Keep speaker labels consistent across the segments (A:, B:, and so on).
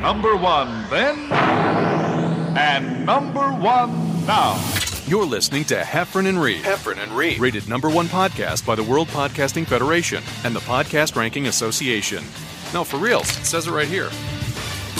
A: Number one then, and number one now.
B: You're listening to Heffron and Reed.
C: Heffron and Reed.
B: Rated number one podcast by the World Podcasting Federation and the Podcast Ranking Association. No, for reals, it says it right here.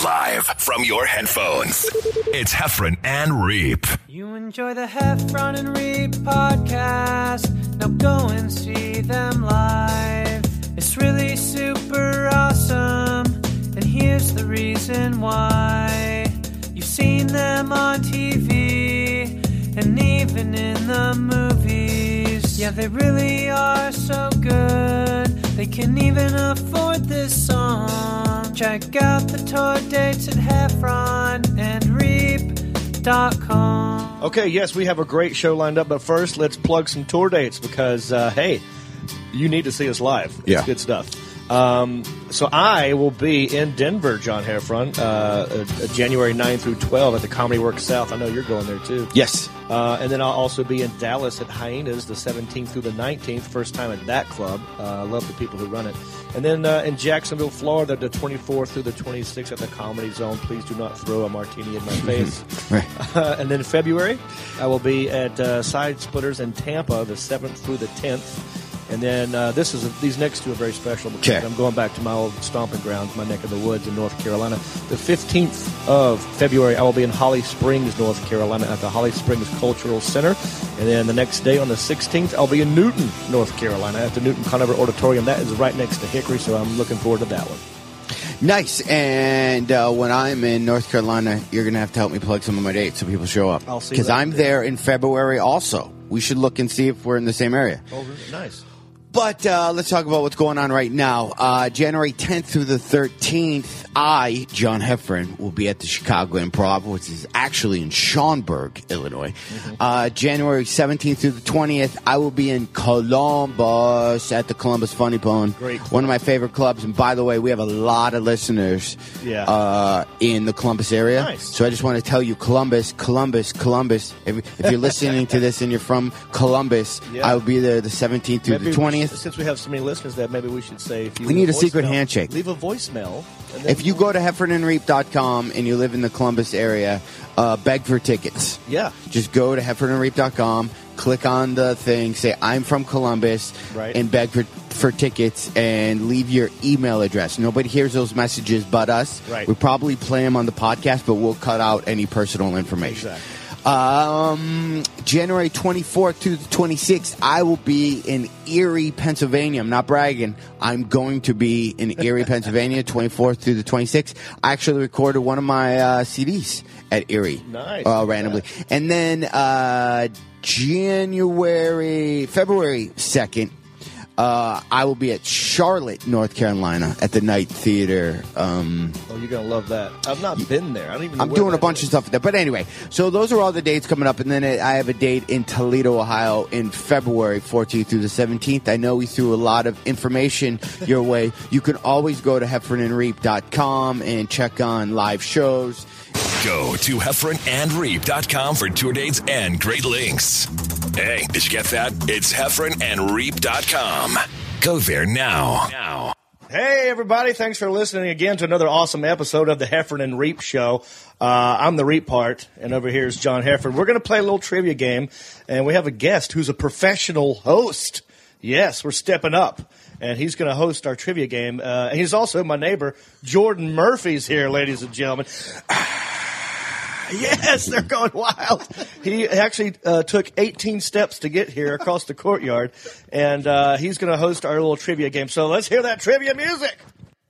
C: Live from your headphones, it's Heffron and Reap.
D: You enjoy the Heffron and Reap podcast. Now go and see them live. It's really super awesome. And here's the reason why. You've seen them on TV and even in the movies. Yeah, they really are so good. They can even afford this song. Check out the tour dates at Heffron and Reap.com.
E: Okay, yes, we have a great show lined up, but first let's plug some tour dates because, uh, hey, you need to see us live. It's
F: Yeah.
E: good stuff. Um, so I will be in Denver, John Hairfront, uh, uh, January 9 through 12 at the Comedy Works South. I know you're going there too.
F: Yes.
E: Uh, and then I'll also be in Dallas at Hyenas the 17th through the 19th, first time at that club. Uh, I love the people who run it. And then uh, in Jacksonville, Florida, the 24th through the 26th at the Comedy Zone. Please do not throw a martini in my face.
F: Right.
E: Uh, and then in February, I will be at uh, Side Splitters in Tampa, the 7th through the 10th. And then uh, this is these next two are very special because
F: Okay.
E: I'm going back to my old stomping grounds, my neck of the woods in North Carolina. The 15th of February, I will be in Holly Springs, North Carolina, at the Holly Springs Cultural Center. And then the next day, on the 16th, I'll be in Newton, North Carolina, at the Newton Conover Auditorium. That is right next to Hickory, so I'm looking forward to that one.
F: Nice. And uh, when I'm in North Carolina, you're going to have to help me plug some of my dates so people show up.
E: I'll see
F: Because
E: that.
F: I'm there in February also. We should look and see if we're in the same area.
E: Oh, nice.
F: But uh, let's talk about what's going on right now. Uh, January 10th through the 13th, I, John Heffron, will be at the Chicago Improv, which is actually in Schaumburg, Illinois.
E: Mm-hmm.
F: Uh, January 17th through the 20th, I will be in Columbus at the Columbus Funny Bone.
E: Great club.
F: One of my favorite clubs. And by the way, we have a lot of listeners
E: Yeah.
F: uh, in the Columbus area.
E: Nice.
F: So I just want to tell you Columbus, Columbus, Columbus. If, if you're listening to this and you're from Columbus,
E: Yeah.
F: I will be there the 17th through
E: Maybe
F: the 20th.
E: We should, since we have so many listeners, that maybe we should say if you
F: We
E: leave
F: need a secret
E: voicemail-
F: handshake.
E: Leave a voicemail. and then-
F: If you go to heffernandreap.com and you live in the Columbus area, uh, beg for tickets.
E: yeah,
F: Just go to heffernandreap.com, click on the thing, say, I'm from Columbus,
E: Right.
F: and beg for, for tickets and leave your email address. Nobody hears those messages but us.
E: Right.
F: We probably play them on the podcast, but we'll cut out any personal information.
E: Exactly.
F: Um, January 24th to the 26th, I will be in Erie, Pennsylvania. I'm not bragging. I'm going to be in Erie, Pennsylvania, 24th through the 26th. I actually recorded one of my uh, CDs at Erie.
E: Nice.
F: Uh, randomly. And then uh, January, February 2nd, uh, I will be at Charlotte, North Carolina at the Night Theater. Um,
E: oh, you're gonna love that. I've not been there. I don't even. Know
F: I'm
E: where
F: doing a
E: that
F: bunch
E: is.
F: of stuff there. But anyway, so those are all the dates coming up. And then I have a date in Toledo, Ohio in February 14th through the 17th. I know we threw a lot of information your way. You can always go to heffernandreap.com and check on live shows.
C: Go to heffronandreap.com for tour dates and great links. Hey, did you get that? It's heffronandreap.com. Go there now. Now.
E: Hey, everybody. Thanks for listening again to another awesome episode of the Heffern and Reap Show. Uh, I'm the Reap part, and over here is John Heffern. We're going to play a little trivia game, and we have a guest who's a professional host. Yes, we're stepping up, and he's going to host our trivia game. Uh, and he's also my neighbor, Jordan Murphy's here, ladies and gentlemen. Yes, they're going wild. He actually uh, took 18 steps to get here across the courtyard, and uh, he's going to host our little trivia game. So let's hear that trivia music.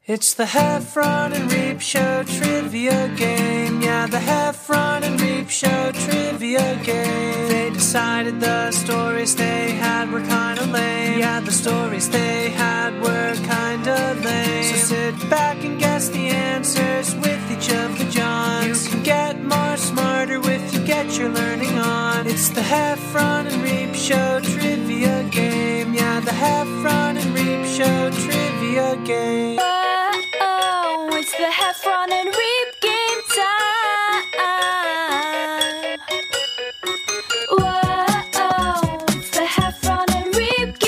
D: It's the Heffron and Reap Show trivia game. Yeah, the Heffron and Reap Show trivia game. They decided the stories they had were kinda lame. Yeah, the stories they had were kinda lame. So sit back and guess the answers with each of the Johns. You can get more smarter with you get your learning on. It's the Heffron and Reap Show trivia game. Yeah, the Heffron and Reap Show trivia game.
G: Oh, it's the Heffron and Reap game time. Whoa, it's the Heffron and Reap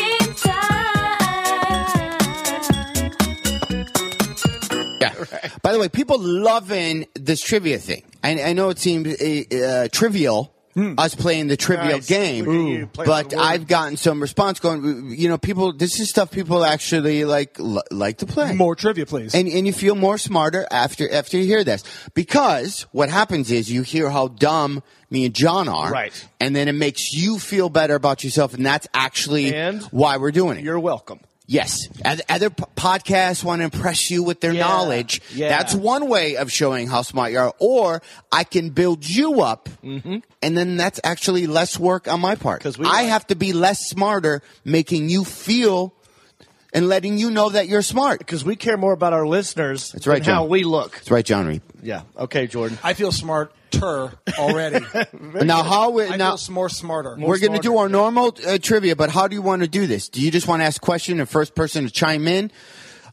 G: game time.
F: By the the way, people loving this trivia thing. I, I know it seems uh, uh, trivial. Us playing the trivial
E: Hmm. Nice.
F: game,
E: Look at you, playing
F: but
E: with words.
F: I've gotten some response going. You know, people. This is stuff people actually like li- like to play.
H: More trivia, please.
F: And and you feel more smarter after after you hear this. Because what happens is you hear how dumb me and John are.
E: Right.
F: And then it makes you feel better about yourself and that's actually
E: And
F: why we're doing it.
E: You're welcome.
F: yes. Oth- Other p- podcasts want to impress you with their
E: Yeah.
F: knowledge.
E: Yeah.
F: That's one way of showing how smart you are. Or I can build you up and then that's actually less work on my part.
E: Mm-hmm. 'Cause we
F: I
E: like-
F: have to be less smarter making you feel and letting you know that you're smart.
E: Because we care more about our listeners
F: That's right,
E: than how
F: John.
E: we look.
F: That's right, John Reed.
E: Yeah. Okay, Jordan.
H: I feel smarter already.
F: Now, how we,
H: I
F: now
H: feel more smarter.
F: we're going to do our normal uh, trivia, but how do you want to do this? Do you just want to ask a question and first person to chime in?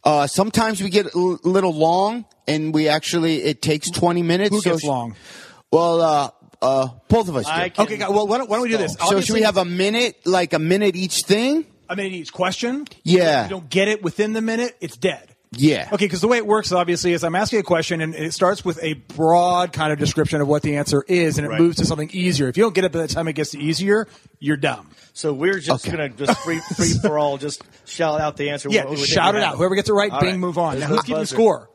F: Uh, sometimes we get a l- little long, and we actually it takes twenty minutes.
H: Who
F: so
H: gets
F: sh-
H: long?
F: Well, uh, uh, both of us.
E: I
F: do.
E: can-
H: Okay, guy- well, why don't, why don't we do this?
F: So should we have a minute, like a minute each thing?
H: a minute each question?
F: Yeah.
H: If you don't get it within the minute, it's dead.
F: Yeah.
H: Okay, because the way it works, obviously, is I'm asking a question, and it starts with a broad kind of description of what the answer is, and it
E: Right.
H: moves to something easier. If you don't get it by the time it gets to easier, you're dumb.
E: So we're just
F: Okay.
E: gonna just free, free for all, just shout out the answer.
H: Yeah,
E: What we
H: just
E: think
H: shout
E: we
H: it
E: have.
H: out. Whoever gets it right,
E: All
H: bing,
E: right.
H: move on.
E: There's
H: Now,
E: no
H: who's keeping
E: buzzer.
H: score?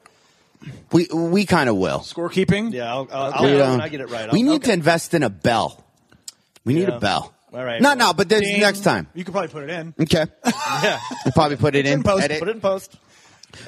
F: We we kind of will.
H: Scorekeeping?
E: Yeah, I'll, I'll,
F: We,
E: I'll,
F: uh,
E: when I get it right. I'll,
F: we need
E: okay.
F: to invest in a bell. We need
E: Yeah.
F: a bell.
E: All right.
F: Not now, but then
H: Ding.
F: next time.
H: You could probably put it in.
F: Okay.
E: Yeah.
F: We'll probably put it in.
H: post.
F: edit.
E: Put it in post.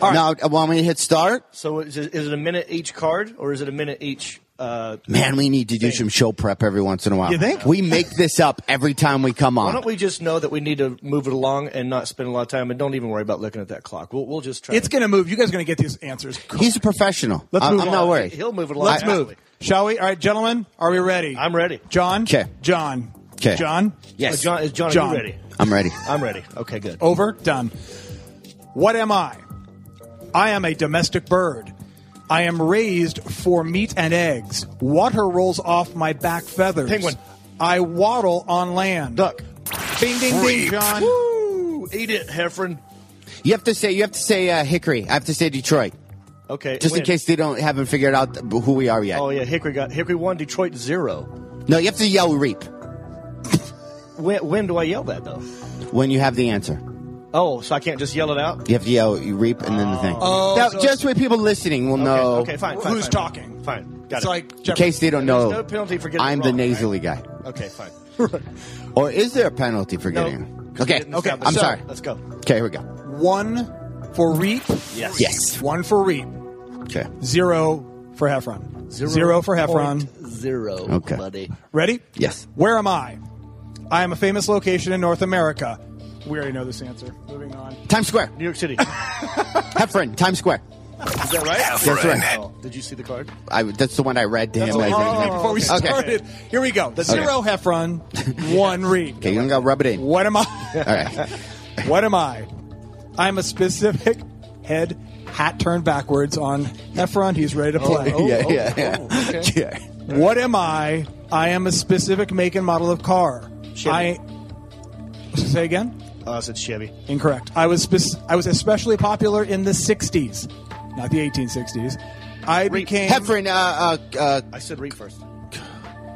F: Now, uh, want me to hit start?
E: So is it, is it a minute each card, or is it a minute each? Uh,
F: Man, we need to do some show prep every once in a while.
H: You think?
F: We make this up every time we come
E: why
F: on.
E: don't we just know that we need to move it along and not spend a lot of time, and don't even worry about looking at that clock. We'll, we'll just try.
H: It's going to move. You guys are going to get these answers.
F: He's a professional.
H: Let's
F: I-
H: move
F: I'm
H: on.
F: not
E: to.
F: worried.
E: He'll move it along.
H: Let's
E: actually.
H: move. Shall we? All right, gentlemen, are we ready?
E: I'm ready.
H: John?
F: 'Kay.
H: John?
F: 'Kay.
H: John?
E: Uh, John, is John, are
H: John.
E: you ready?
F: I'm ready.
E: I'm ready. Okay, good.
H: Over. Done. What am I? I am a domestic bird. I am raised for meat and eggs. Water rolls off my back feathers.
E: Penguin.
H: I waddle on land.
E: Duck.
H: Bing, ding, ding, John.
E: Woo! Eat it, Heffron.
F: You have to say. You have to say uh, Hickory. I have to say Detroit,
E: Okay.
F: just
E: win.
F: in case they don't haven't figured out th- who we are yet.
E: Oh yeah, Hickory got Hickory won. Detroit zero.
F: No, you have to yell Reap
E: When, when do I yell that though?
F: when you have the answer.
E: Oh, so I can't just yell it out.
F: You have to yell Reap and then the thing.
H: Oh,
F: Now,
H: so-
F: just so people listening will know.
E: Okay, okay, fine. fine,
H: Who's
E: fine.
H: talking?
E: Fine. Got
H: It's
E: it.
H: like
F: In
H: Jeopardy.
F: case they don't
E: There's
F: know,
E: no penalty for getting it
F: I'm the
E: wrong, right?
F: nasally guy.
E: okay, fine.
F: Or is there a penalty for
E: No,
F: getting? it?
E: 'cause we
F: Okay.
E: didn't
F: Okay.
E: establish.
F: I'm
E: So,
F: sorry.
E: Let's go.
F: Okay. Here we go.
H: one for reap.
E: Yes.
F: Yes.
H: One for reap.
F: Okay.
H: Zero for Heffron. Zero, for Heffron.
E: Point Zero,
F: Okay.
E: buddy.
H: Ready?
F: Yes.
H: Where am I? I am a famous location in North America. We already know this answer. Moving on.
F: Times Square.
E: New York City.
F: Heffron. Times Square.
E: Is that right?
F: That's right.
E: Oh, did you see the card?
F: I, that's the one I read to him.
E: the
F: as
E: one
F: an
E: I read
F: example.
H: Before we
F: okay.
H: started, here we go. The zero Heffron, one read.
F: Okay, you gotta rub it
E: Oh,
F: in. All
H: What am I?
F: right.
H: What am I? I'm a specific head hat turned backwards on Heffron. He's ready to play.
E: oh,
F: yeah, yeah, yeah. yeah.
H: What am I? I am a specific make and model of car. I say again.
E: Oh, I said Chevy.
H: Incorrect. I was spec- I was especially popular in the '60s, not the 1860s. I became
F: Heffron, uh, uh, uh,
E: I said Reed first.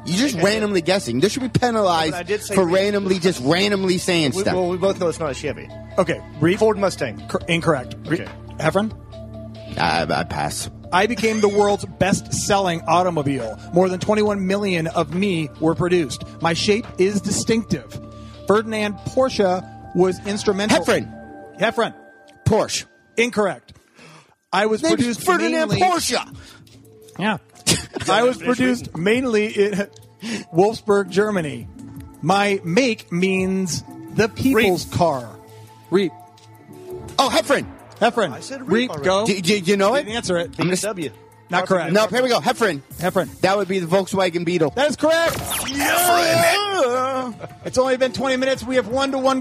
F: you just randomly guessing. This should be penalized
E: But I did say
F: for
E: read.
F: randomly, just randomly saying
E: We,
F: stuff.
E: well, we both know it's not a Chevy.
H: okay. Reef
E: Ford Mustang.
H: Cor- incorrect. Re-
E: Okay.
H: Heffron.
F: I, I pass.
H: I became the world's best-selling automobile. More than 21 million of me were produced. My shape is distinctive. Ferdinand Porsche was instrumental.
F: Heffron.
H: Heffron.
F: Porsche.
H: Incorrect. I was
F: Name's
H: produced
F: Ferdinand
H: mainly-
F: Porsche.
H: Yeah. I was produced mainly in Wolfsburg, Germany. My make means the people's car. Reap.
F: Oh, Heffron.
H: Heffron.
E: I said reap
H: Reap.
E: already.
H: Go.
F: Do, do, do you know
H: Didn't
F: it?
H: answer it.
F: I'm gonna-
E: W.
H: Not correct.
F: No, here we go. Heffron.
H: Heffron.
F: That would be the Volkswagen Beetle.
H: That is correct. It's only been 20 minutes. We have one to one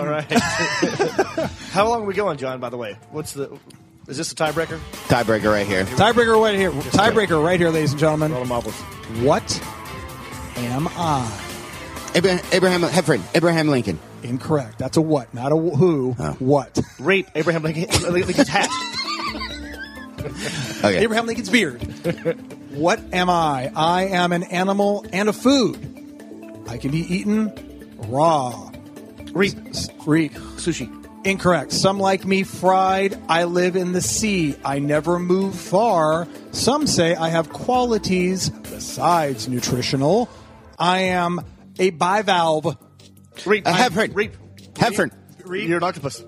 E: All right. How long are we going, John? By the way, what's the? Is this a tiebreaker?
F: Tiebreaker right here.
H: Tiebreaker right here. Tiebreaker right here, ladies and gentlemen.
E: Roll the marbles.
H: What am I?
F: Abraham, Abraham Heffron. Abraham Lincoln.
H: Incorrect. That's a what, not a who. What?
E: Reap Abraham Lincoln, Lincoln's hat.
F: Okay.
H: Abraham Lincoln's beard. what am I? I am an animal and a food. I can be eaten raw.
E: Reap.
H: Reek.
E: Sushi.
H: Incorrect. Some like me fried. I live in the sea. I never move far. Some say I have qualities besides nutritional. I am a bivalve.
E: Reap.
F: A heparin.
E: Reap.
F: Heparin.
E: Reap. You're an octopus.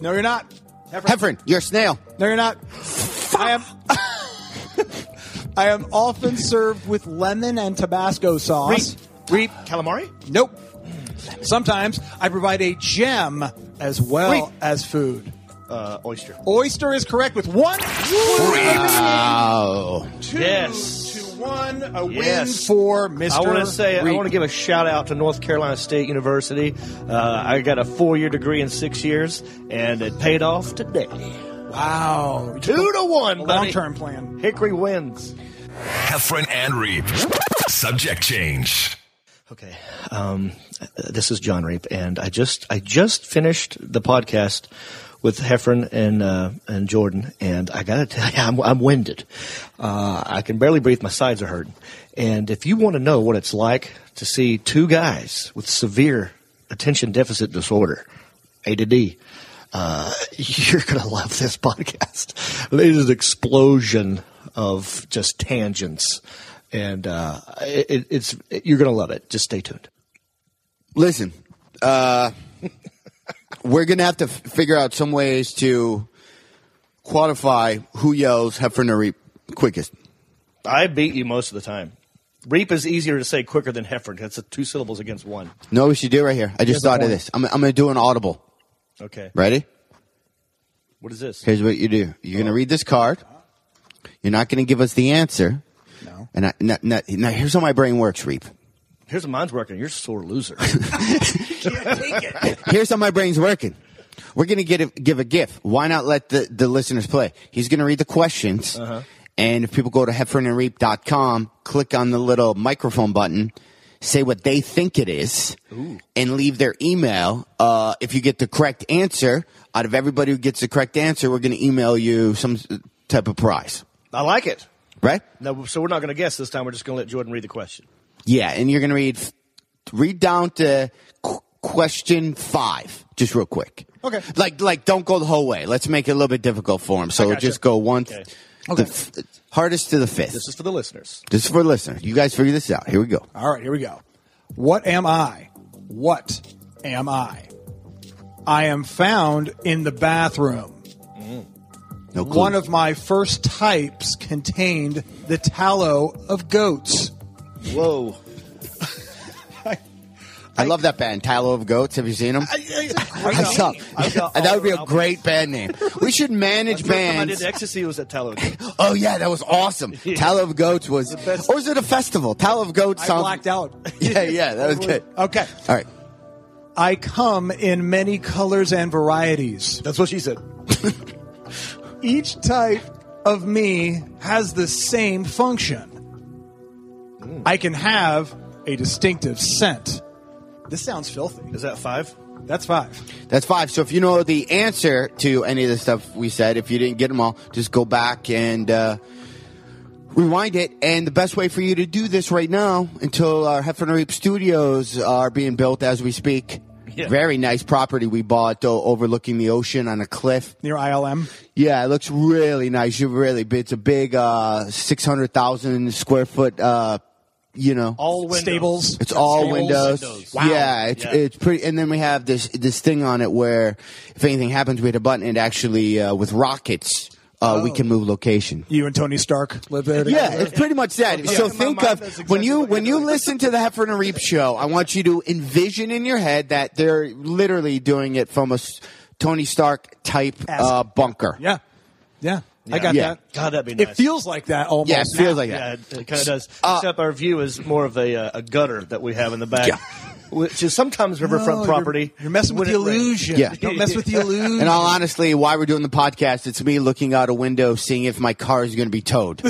H: No, you're not.
F: Heparin. You're a snail.
H: No, you're not. I am. I am often served with lemon and Tabasco sauce.
E: Reap. Calamari?
H: Nope. Sometimes I provide a gem as
E: Reap.
H: well as food.
E: Uh, oyster.
H: Oyster is correct with one.
F: Wow.
H: two
E: Yes.
H: to one, a win
E: Yes.
H: for Mr.
E: I want to say I
H: Reed.
E: want to give a shout out to North Carolina State University. Uh, I got a four year degree in six years, and it paid off today.
H: wow,
E: Two to one,
H: long term plan.
E: Hickory wins.
C: Heffron and Reap. Subject change.
E: Okay, um, this is John Reap, and I just I just finished the podcast with Heffron and uh, and Jordan, and I gotta tell you, I'm, I'm winded. Uh, I can barely breathe. My sides are hurting. And if you want to know what it's like to see two guys with severe attention deficit disorder, A to D. Uh, you're going to love this podcast. It is an explosion of just tangents. And uh, it, it's you're going to love it. Just stay tuned.
F: Listen, uh, we're going to have to f- figure out some ways to quantify who yells Heffernan Reap quickest.
E: I beat you most of the time. Reap is easier to say quicker than Heffern. That's a two syllables against one.
F: No, we should do right here. I
E: Here's
F: just
E: the
F: thought of
E: point.
F: this. I'm, I'm going to do an audible.
E: Okay.
F: Ready?
E: What is this?
F: Here's what you do. You're
E: Uh-huh.
F: going to read this card. You're not going to give us the answer.
H: No.
F: And I, now, now, now here's how my brain works, Reap.
E: Here's what mine's working. You're a sore loser.
F: Here's how my brain's working. We're going to get a, give a gift. Why not let the, the listeners play? He's going to read the questions. And if people go to heffernandreap.com, click on the little microphone button, say what they think it is, and leave their email. Uh, if you get the correct answer, out of everybody who gets the correct answer, we're going to email you some s- type of prize.
E: I like it.
F: Right?
E: No, so we're not going to guess this time. We're just going to let Jordan read the question.
F: Yeah, and you're going to read read down to qu- question 5 just real quick.
H: Okay.
F: Like like don't go the whole way. Let's make it a little bit difficult for him. So
E: gotcha.
F: just go one th-
E: Okay.
F: the f- hardest to the fifth.
E: This is for the listeners.
F: This is for listeners. You guys figure this out. Here we go.
H: All right, here we go. What am I? What am I? I am found in the bathroom.
F: No clue.
H: One of my first types contained the tallow of goats.
E: Whoa.
F: I love that band, Tyler of Goats. Have you seen them? That's up.
E: I've got
F: that would be a
E: all-
F: great band name. We should manage
E: I
F: bands.
E: did ecstasy was at Tallow.
F: Oh yeah, that was awesome. Tallow of Goats was,
E: best-
F: or was it a festival? Tallow of Goats
H: I
F: sounds.
H: blacked out.
F: Yeah, yeah, that was good.
H: Okay.
F: All right.
H: I come in many colors and varieties.
E: That's what she said.
H: Each type of me has the same function. I can have a distinctive scent. This sounds filthy.
E: Is that five?
H: That's five.
F: That's five. So if you know the answer to any of the stuff we said, if you didn't get them all, just go back and uh, rewind it. And the best way for you to do this right now, until our Heffern Reap studios are being built as we speak.
E: Yeah.
F: Very nice property we bought though, overlooking the ocean on a cliff.
H: Near ILM.
F: Yeah, it looks really nice. You really, it's a big uh, six hundred thousand square foot. Uh, you know,
E: All windows.
H: Stables.
F: it's all
H: Stables.
F: windows.
E: Windows.
F: Yeah, it's
E: Yeah.
F: it's pretty. And then we have this this thing on it where if anything happens, we hit a button and actually uh, with rockets uh, we can move location.
H: You and Tony Stark live there together.
F: Yeah, it's pretty much that. So
H: In my
F: think
H: mind,
F: of
H: that's
F: when
H: exactly
F: you
H: what
F: when
H: you're
F: you listen to the Heifer and Reap show. I want you to envision in your head that they're literally doing it from a s- Tony Stark type uh, bunker.
H: Yeah. Yeah. I got
F: Yeah.
H: that.
E: God, that'd be
H: It
E: nice.
H: feels like that almost.
F: Yeah, it feels like that.
E: Yeah, it kind of does. Except our view is more of a uh, a gutter that we have in the back. which is sometimes riverfront
H: No,
E: property.
H: You're, you're messing with
E: when
H: the
E: it rains.
H: illusion.
F: Yeah.
H: Don't mess with the illusion.
F: In all honesty, why we're doing the podcast, it's me looking out a window, seeing if my car is going to be towed.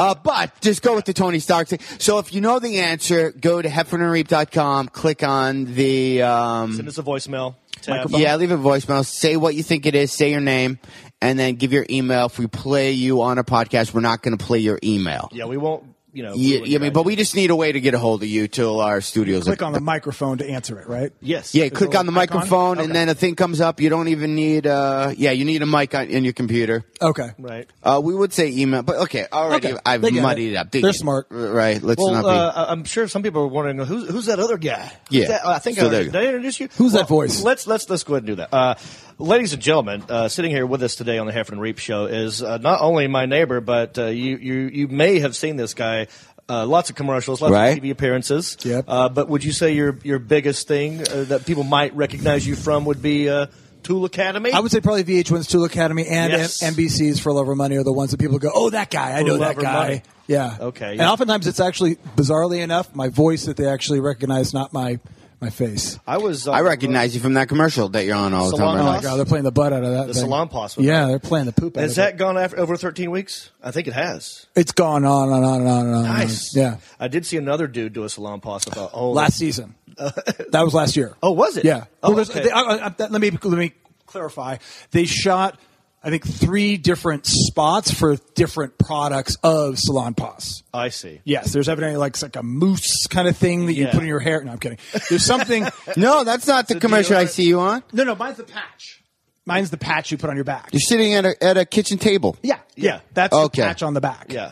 F: uh, but just go with the Tony Stark thing. So if you know the answer, go to heffernandreap.com, click on the. Um,
E: Send us a voicemail. tab.
F: yeah, leave a voicemail. Say what you think it is. Say your name, and then give your email. If we play you on a podcast, we're not going to play your email.
E: Yeah, we won't. You know.
F: Yeah,
E: ruin
F: yeah, I
E: your
F: mean, but
E: idea.
F: we just need a way to get a hold of you till our studios.
H: Click on the microphone to answer it, right?
E: yes.
F: Yeah, click on the
H: icon?
F: microphone, and then a thing comes up. You don't even need. Uh, yeah, you need a mic on, in your computer.
H: Okay.
E: Right.
F: Uh, we would say email, but okay, already
H: Okay,
F: I've
H: they get
F: muddied
H: it.
F: it, up.
H: They're
F: Dig it.
H: smart.
F: R- right? Let's not
E: Well,
F: be.
E: uh, I'm sure some people are wondering who's who's that other guy. Who's
F: Yeah.
E: that- I think
F: So
E: I
F: there
E: already,
F: you
E: did
F: go.
E: I introduce you.
H: Who's that
E: Well,
H: voice?
E: Let's let's let's go ahead and do that. Uh, ladies and gentlemen, uh, sitting here with us today on the Heffernan Reap Show is uh, not only my neighbor, but uh, you you you may have seen this guy. Uh, lots of commercials, lots
F: Right.
E: of TV appearances.
H: Yep.
E: Uh, but would you say your your biggest thing uh, that people might recognize you from would be uh, Tool Academy?
H: I would say probably VH1's Tool Academy and
E: Yes.
H: M- NBC's For Love or Money are the ones that people go, "Oh, that guy! I
E: For
H: know
E: Love
H: that
E: or
H: guy."
E: Money.
H: Yeah.
E: Okay,
H: And
E: yeah.
H: oftentimes it's actually, bizarrely enough, my voice that they actually recognize, not my my face.
E: I was. uh, on
F: I
E: the road-
F: recognize you from that commercial that you're on all the
E: Salon
F: time.
H: Oh
F: Right
H: my
E: Boss?
H: god, they're playing the butt out of that.
E: The
H: thing.
E: salon boss was
H: Yeah, they're playing the poop. out
E: Has
H: of
E: that
H: it.
E: gone after over 13 weeks? I think it has.
H: It's gone on and on and on and on. and
E: Nice.
H: on. Um, Yeah.
E: I did see another dude do a salon pass about oh
H: Last season. that was last year.
E: Oh, was it?
H: Yeah.
E: Oh,
H: Well, there's-
E: okay.
H: they- I- I- I- that- let me let me clarify. They shot, I think, three different spots for different products of Salon Pass.
E: oh, I see.
H: Yes, there's evidently like it's like a moose kind of thing that you
E: Yeah.
H: put in your hair. No, I'm kidding. There's something.
F: No, that's not the
E: So do
F: commercial
E: you-
F: I see you on.
H: no, no, mine's the patch. Mine's the patch you put on your back.
F: You're sitting at a at a kitchen table.
H: Yeah,
E: Yeah.
H: That's
F: Okay.
H: the patch on the back.
E: Yeah.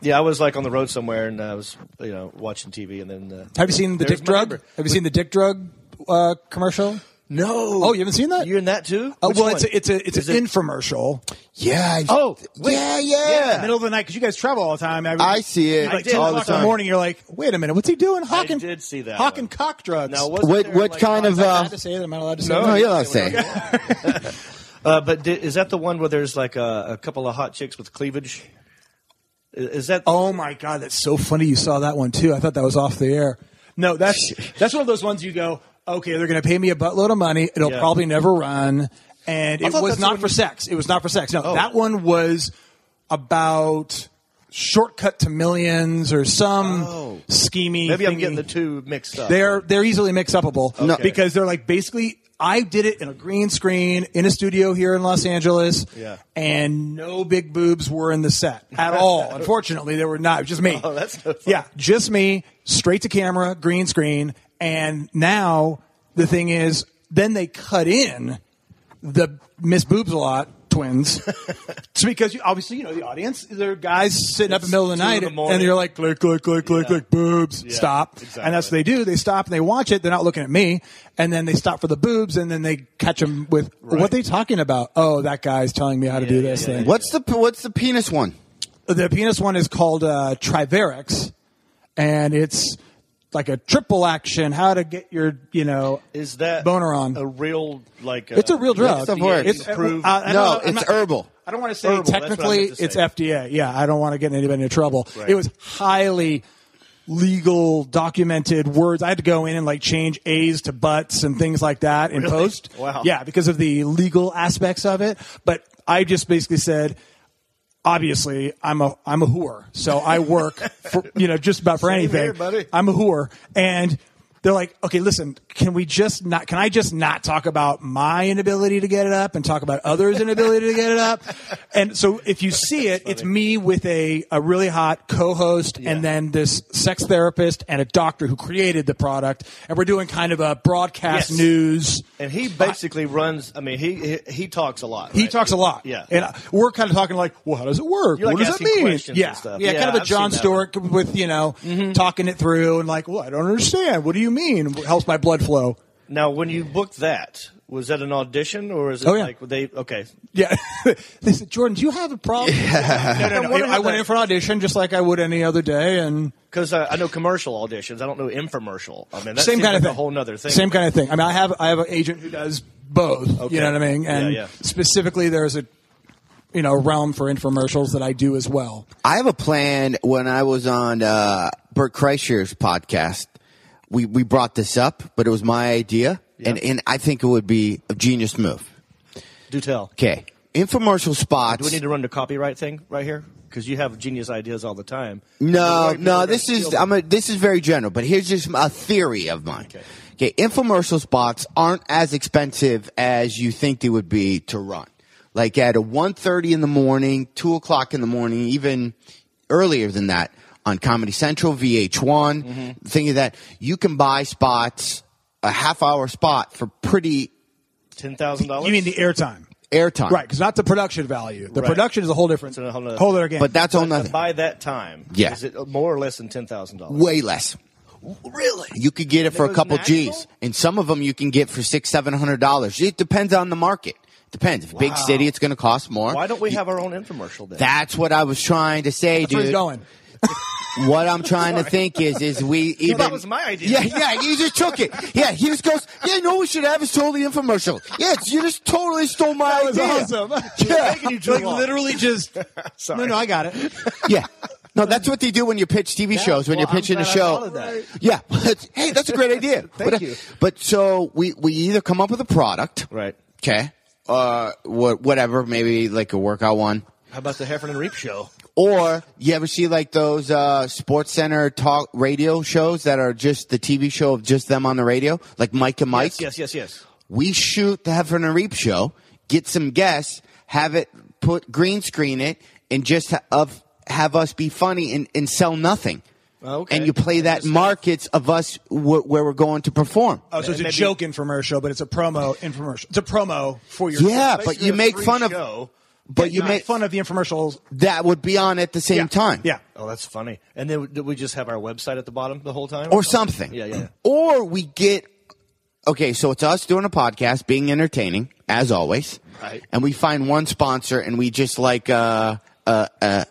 E: Yeah, I was like on the road somewhere and I was you know watching TV and then uh,
H: Have you seen the
E: There's
H: Dick
E: my
H: Drug?
E: number.
H: Have you seen the Dick Drug uh, commercial?
E: No.
H: Oh, you haven't seen that?
E: You're in that too?
H: Uh,
E: Which
H: well, it's
E: one?
H: a, it's a it's
E: Is
H: an
E: it-
H: infomercial.
F: Yeah. I-
E: Oh, wait.
F: yeah, yeah.
H: middle of the night because you guys travel all the time. I,
F: I see it
H: Like
E: I did.
H: 10
F: all the
H: o'clock in the
F: time.
H: morning, you're like, wait a minute, what's he doing? Hawking,
E: did see that
H: Hawking
E: one.
H: cock drugs.
E: Now, wasn't
F: What
E: there,
F: what
E: like,
F: kind
H: am
F: of?
H: I allowed
F: Uh,
H: to say that? Am I allowed to say
E: No,
H: that?
F: no, you're allowed to say. it.
E: uh, but di- is that the one where there's like a, a couple of hot chicks with cleavage? I- Is that
H: Oh my god, that's so funny. You saw that one too. I thought that was off the air. No, that's that's one of those ones you go, okay, they're going to pay me a buttload of money. It'll
E: Yeah.
H: probably never run, and it
E: thought
H: was
E: that's
H: not
E: when- Oh.
H: for sex. It was not for sex. No, that one was about shortcut to millions or some scheming.
E: Oh. maybe I'm
H: thingy.
E: getting the two mixed up.
H: They're they're easily mix upable
E: No.
H: because they're like basically I did it in a green screen in a studio here in Los Angeles.
E: Yeah.
H: And no big boobs were in the set at all. Unfortunately, they were not. It was just me.
E: Oh, that's no fun.
H: Yeah, just me, straight to camera, green screen, and now the thing is then they cut in the Miss Boobs a lot twins. it's because you, obviously you know the audience. There are guys sitting up in the middle of the
E: two in
H: night
E: the morning.
H: and they're like click click click click
E: Yeah.
H: click boobs
E: Yeah,
H: stop.
E: exactly.
H: And that's what they do. They stop and they watch it. They're not looking at me. And then they stop for the boobs and then they catch them with what they talking about. Oh, that guy's telling me how to
E: Yeah,
H: do
E: yeah,
H: this
E: yeah,
H: thing.
F: What's the what's the penis one?
H: The penis one is called uh, Triverix, and it's like a triple action. How to get your you know
E: is that
H: boner on?
E: a real like
H: It's a real drug.
F: stuff works.
E: It's
F: It's-
E: approved.
H: uh,
F: no,
H: I don't- I'm
F: it's
H: not-
F: herbal.
H: I don't want to say
E: Herbal, that's what I
H: technically
E: meant to
H: it's
E: say.
H: FDA. Yeah, I don't want to get anybody into trouble.
E: Right.
H: It was highly legal, documented words. I had to go in and like change A's to butts and things like that in
E: Really?
H: post.
E: Wow.
H: Yeah, because of the legal aspects of it. But I just basically said, obviously, I'm a I'm a whore, so I work for you know just about for
E: Same
H: anything.
E: here, buddy.
H: I'm a whore, and they're like, okay, listen, can we just not? Can I just not talk about my inability to get it up and talk about others' inability to get it up? And so, if you see it, it's me with a a really hot co-host, and then this sex therapist and a doctor who created the product, and we're doing kind of a broadcast
E: Yes.
H: news.
E: and he basically runs. I mean, he he, he talks a lot.
H: He
E: right?
H: talks a lot.
E: Yeah.
H: And uh, we're kind of talking like, well, how does it work?
E: You're, like,
H: what does that
E: asking
H: mean?
E: questions and
H: yeah. Mm-hmm.
E: stuff.
H: yeah.
E: Yeah,
H: kind of a
E: I've
H: John
E: seen that
H: Stewart with, you know, talking it through and like, well, I don't understand. What do you mean? It helps my blood flow.
E: Now, when you booked that, was that an audition or is it
H: Oh, yeah.
E: like they? Okay,
H: Yeah. they said, Jordan, do you have a problem? No, no,
E: I'm
H: no.
E: wondering
H: I
E: how
H: went
E: that-
H: in for an audition just like I would any other day. And
E: because I know commercial auditions. I don't know infomercial. I mean, that
H: same
E: seems like
H: kind of thing.
E: A whole nother thing.
H: Same kind of thing. I mean, I have, I have an agent who does both.
E: Okay.
H: You know what I mean?
E: Yeah,
H: And
E: yeah.
H: specifically, there's a, you know, realm for infomercials that I do as well.
F: I have a plan when I was on uh, Bert Kreischer's podcast. we, we brought this up, but it was my idea, and, and I think it would be a genius move.
E: Do tell.
F: Okay. Infomercial spots.
E: Do we need to run the copyright thing right here? Because you have genius ideas all the time.
F: No,
E: Right,
F: no.
E: right,
F: This
E: right.
F: is I'm a, this is very general, but here's just a theory of mine. Okay. infomercial spots aren't as expensive as you think they would be to run. Like at a 1.30 in the morning, two o'clock in the morning, even earlier than that on Comedy Central, VH1, thing of that. You can buy spots, a half hour spot for pretty
E: ten thousand dollars.
H: You mean the airtime.
F: airtime,
H: Right, because not the production value. The
E: Right.
H: production is a whole different,
E: It's a whole uh, other
H: whole other game.
F: But that's all nothing.
E: by that time?
F: Yeah.
E: Is it more or less than ten thousand dollars?
F: way less. Really? You could get it for a
E: was
F: couple
E: national?
F: G's, and some of them you can get for six, seven hundred dollars. It depends on the market. Depends. If Big city, it's going to cost more.
E: Why don't we have our own infomercial then?
F: That's what I was trying to say,
H: that's
F: dude.
H: where he's going.
F: What I'm trying to think is, is we even.
E: that was my idea.
F: Yeah, yeah, you just took it. Yeah, he just goes. Yeah, no, we should have is totally infomercial. Yeah, it's- you just totally stole my
H: That was
F: idea.
H: awesome.
F: Yeah.
E: Making you
H: like
E: jump off.
H: literally just.
E: Sorry.
H: No, no, I got it.
F: yeah. No, that's what they do when you pitch TV shows. When
E: Well,
F: you're pitching
E: I'm
F: a
E: glad I
F: show,
E: followed that.
F: yeah. hey, that's a great idea.
E: Thank
F: but, uh,
E: you.
F: But so we we either come up with a product,
E: Right.
F: Okay, uh, wha- whatever, maybe like a workout one,
E: How about the Heffernan Reap show?
F: or you ever see like those uh, Sports Center talk radio shows that are just the TV show of just them on the radio, like Mike and Mike.
E: Yes, yes, yes, yes.
F: We shoot the Heffernan and Reap show, get some guests, have it put green screen it, and just ha- of have us be funny and, and sell nothing.
E: Okay.
F: And you play that markets of us wh- where we're going to perform.
H: Oh, so it's a
E: maybe-
H: joke infomercial, but it's a promo infomercial. It's a promo for your.
F: Yeah,
E: Basically
F: but you
E: a
F: make
E: free
F: fun of
E: show.
F: but you
H: Not
F: make
H: fun of the infomercials.
F: that would be on at the same
H: Yeah.
F: time.
H: Yeah.
E: Oh, that's funny. And then did we just have our website at the bottom the whole time,
F: or something.
E: Yeah, yeah. yeah.
F: Or we get okay, so it's us doing a podcast, being entertaining as always,
E: Right.
F: and we find one sponsor, and we just like uh uh uh,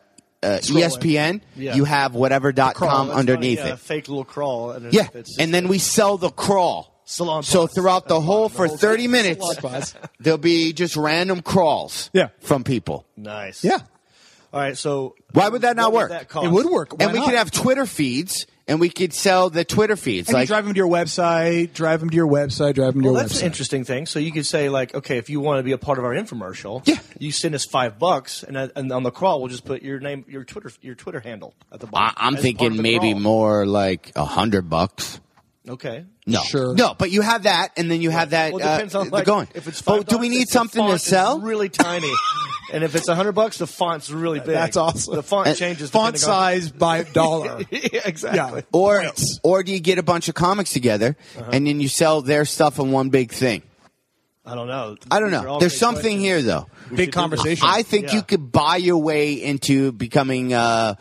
F: uh ESPN.
E: Yeah.
F: You have whatever dot
E: Crawl,
F: com
E: that's
F: underneath
E: funny, yeah, a
F: it.
E: fake little crawl. And
F: Yeah,
E: it's just-
F: and then we sell the crawl.
E: Salon
F: so
E: pause.
F: throughout the whole for thirty minutes,
H: pause.
F: there'll be just random crawls.
H: Yeah.
F: from people.
E: nice.
H: Yeah.
E: All right. So
F: Why would that not
E: what
F: work?
E: Would that cost?
H: It would work. Why
F: and we
H: not?
F: could have Twitter feeds, and we could sell the Twitter feeds.
H: And you
F: like
H: drive them to your website. Drive them to your website. Drive them to
E: Well,
H: your
E: that's
H: website.
E: an interesting thing. So you could say like, okay, if you want to be a part of our infomercial,
F: Yeah.
E: you send us five bucks, and, uh, and on the crawl we'll just put your name, your Twitter, your Twitter handle at the
F: I,
E: bottom.
F: I'm
E: as part of
F: thinking
E: the
F: maybe
E: crawl.
F: more like a hundred bucks.
E: Okay.
F: No,
H: Sure.
F: No, but you have that, and then you have that.
E: Well, it
F: uh,
E: depends on
F: the
E: like,
F: going.
E: If it's
F: but
E: five
F: do we
E: bucks,
F: need
E: it's- the
F: something to
E: font is
F: sell?
E: Really tiny, and if it's a hundred bucks, the font's really big.
H: That's awesome.
E: The font
F: And
E: changes.
H: Font
E: depending on-
H: size by dollar.
E: yeah, exactly.
H: Yeah.
F: or
H: Points.
F: or do you get a bunch of comics together,
E: Uh-huh.
F: and then you sell their stuff in one big thing?
E: I don't know.
F: I don't
E: These are
F: know.
E: all
F: There's
E: great
F: something
E: questions.
F: here though.
H: Big conversation.
F: I think
E: Yeah.
F: you could buy your way into becoming uh,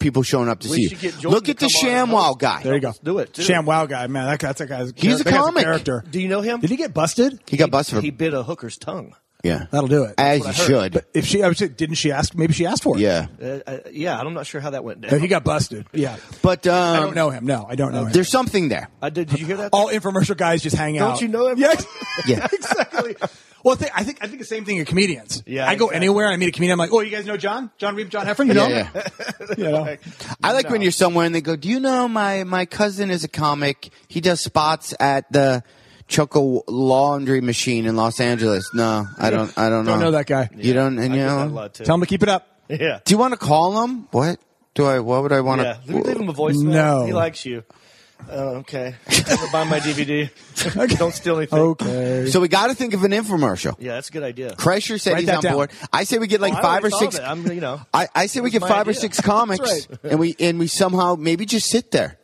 F: people showing up to
E: We
F: see
E: should
F: you.
E: get Jordan
F: Look
E: to
F: at the
E: come on and
F: ShamWow
E: host.
F: guy.
H: There you go.
E: do it, too.
H: Sham Wow guy, man. That, that's a guy's.
F: He's a
H: that guy's
F: comic.
H: character.
E: Do you know him?
H: Did he get busted?
F: He got busted.
E: He
F: for,
E: bit a hooker's tongue.
F: yeah,
H: That'll do it.
F: as you should.
H: But if she, I would say, didn't she ask? Maybe she asked for it.
F: yeah,
E: Uh, uh, yeah, I'm not sure how that went
H: No,
E: down.
H: he got busted. Yeah.
F: but um,
H: I don't know him. No, I don't know him.
F: There's something there.
E: I did. Did you
F: Oh,
E: hear that?
H: All infomercial guys just hang
E: Don't
H: out.
E: you know him?
H: Yes.
F: Yeah.
H: exactly. Well, I think, I think I think the same thing of comedians.
E: Yeah,
H: I go
E: exactly.
H: anywhere. I meet a comedian. I'm like, oh, you guys know John? John Reeve, John Heffron. You know?
F: Yeah,
H: him? You know?
F: I like when you're somewhere and they go, "Do you know my my cousin is a comic? He does spots at the Choco Laundry Machine in Los Angeles." No, I don't. I don't know.
H: Don't know that guy.
F: You don't. And
E: I
F: you
E: get that a
F: know.
E: lot too.
H: Tell him to keep it up.
E: yeah.
F: Do you want to call him? What do I? What would I want
E: Yeah,
F: to?
E: leave, leave him a voicemail.
H: No.
E: he likes you. Uh, okay, I'm gonna buy my DVD. Don't steal anything.
H: Okay.
F: So we got to think of an infomercial.
E: Yeah, that's a good idea.
F: Kreischer said
H: Write
F: he's
H: that
F: on
H: down.
F: board. I say we get like
E: Oh, I
F: five or
E: already
F: six.
E: thought of it. I'm, you know.
F: I, I say we
E: It
F: get
E: was my
F: five or
E: idea.
F: six comics,
H: That's
F: and we and we somehow maybe just sit there.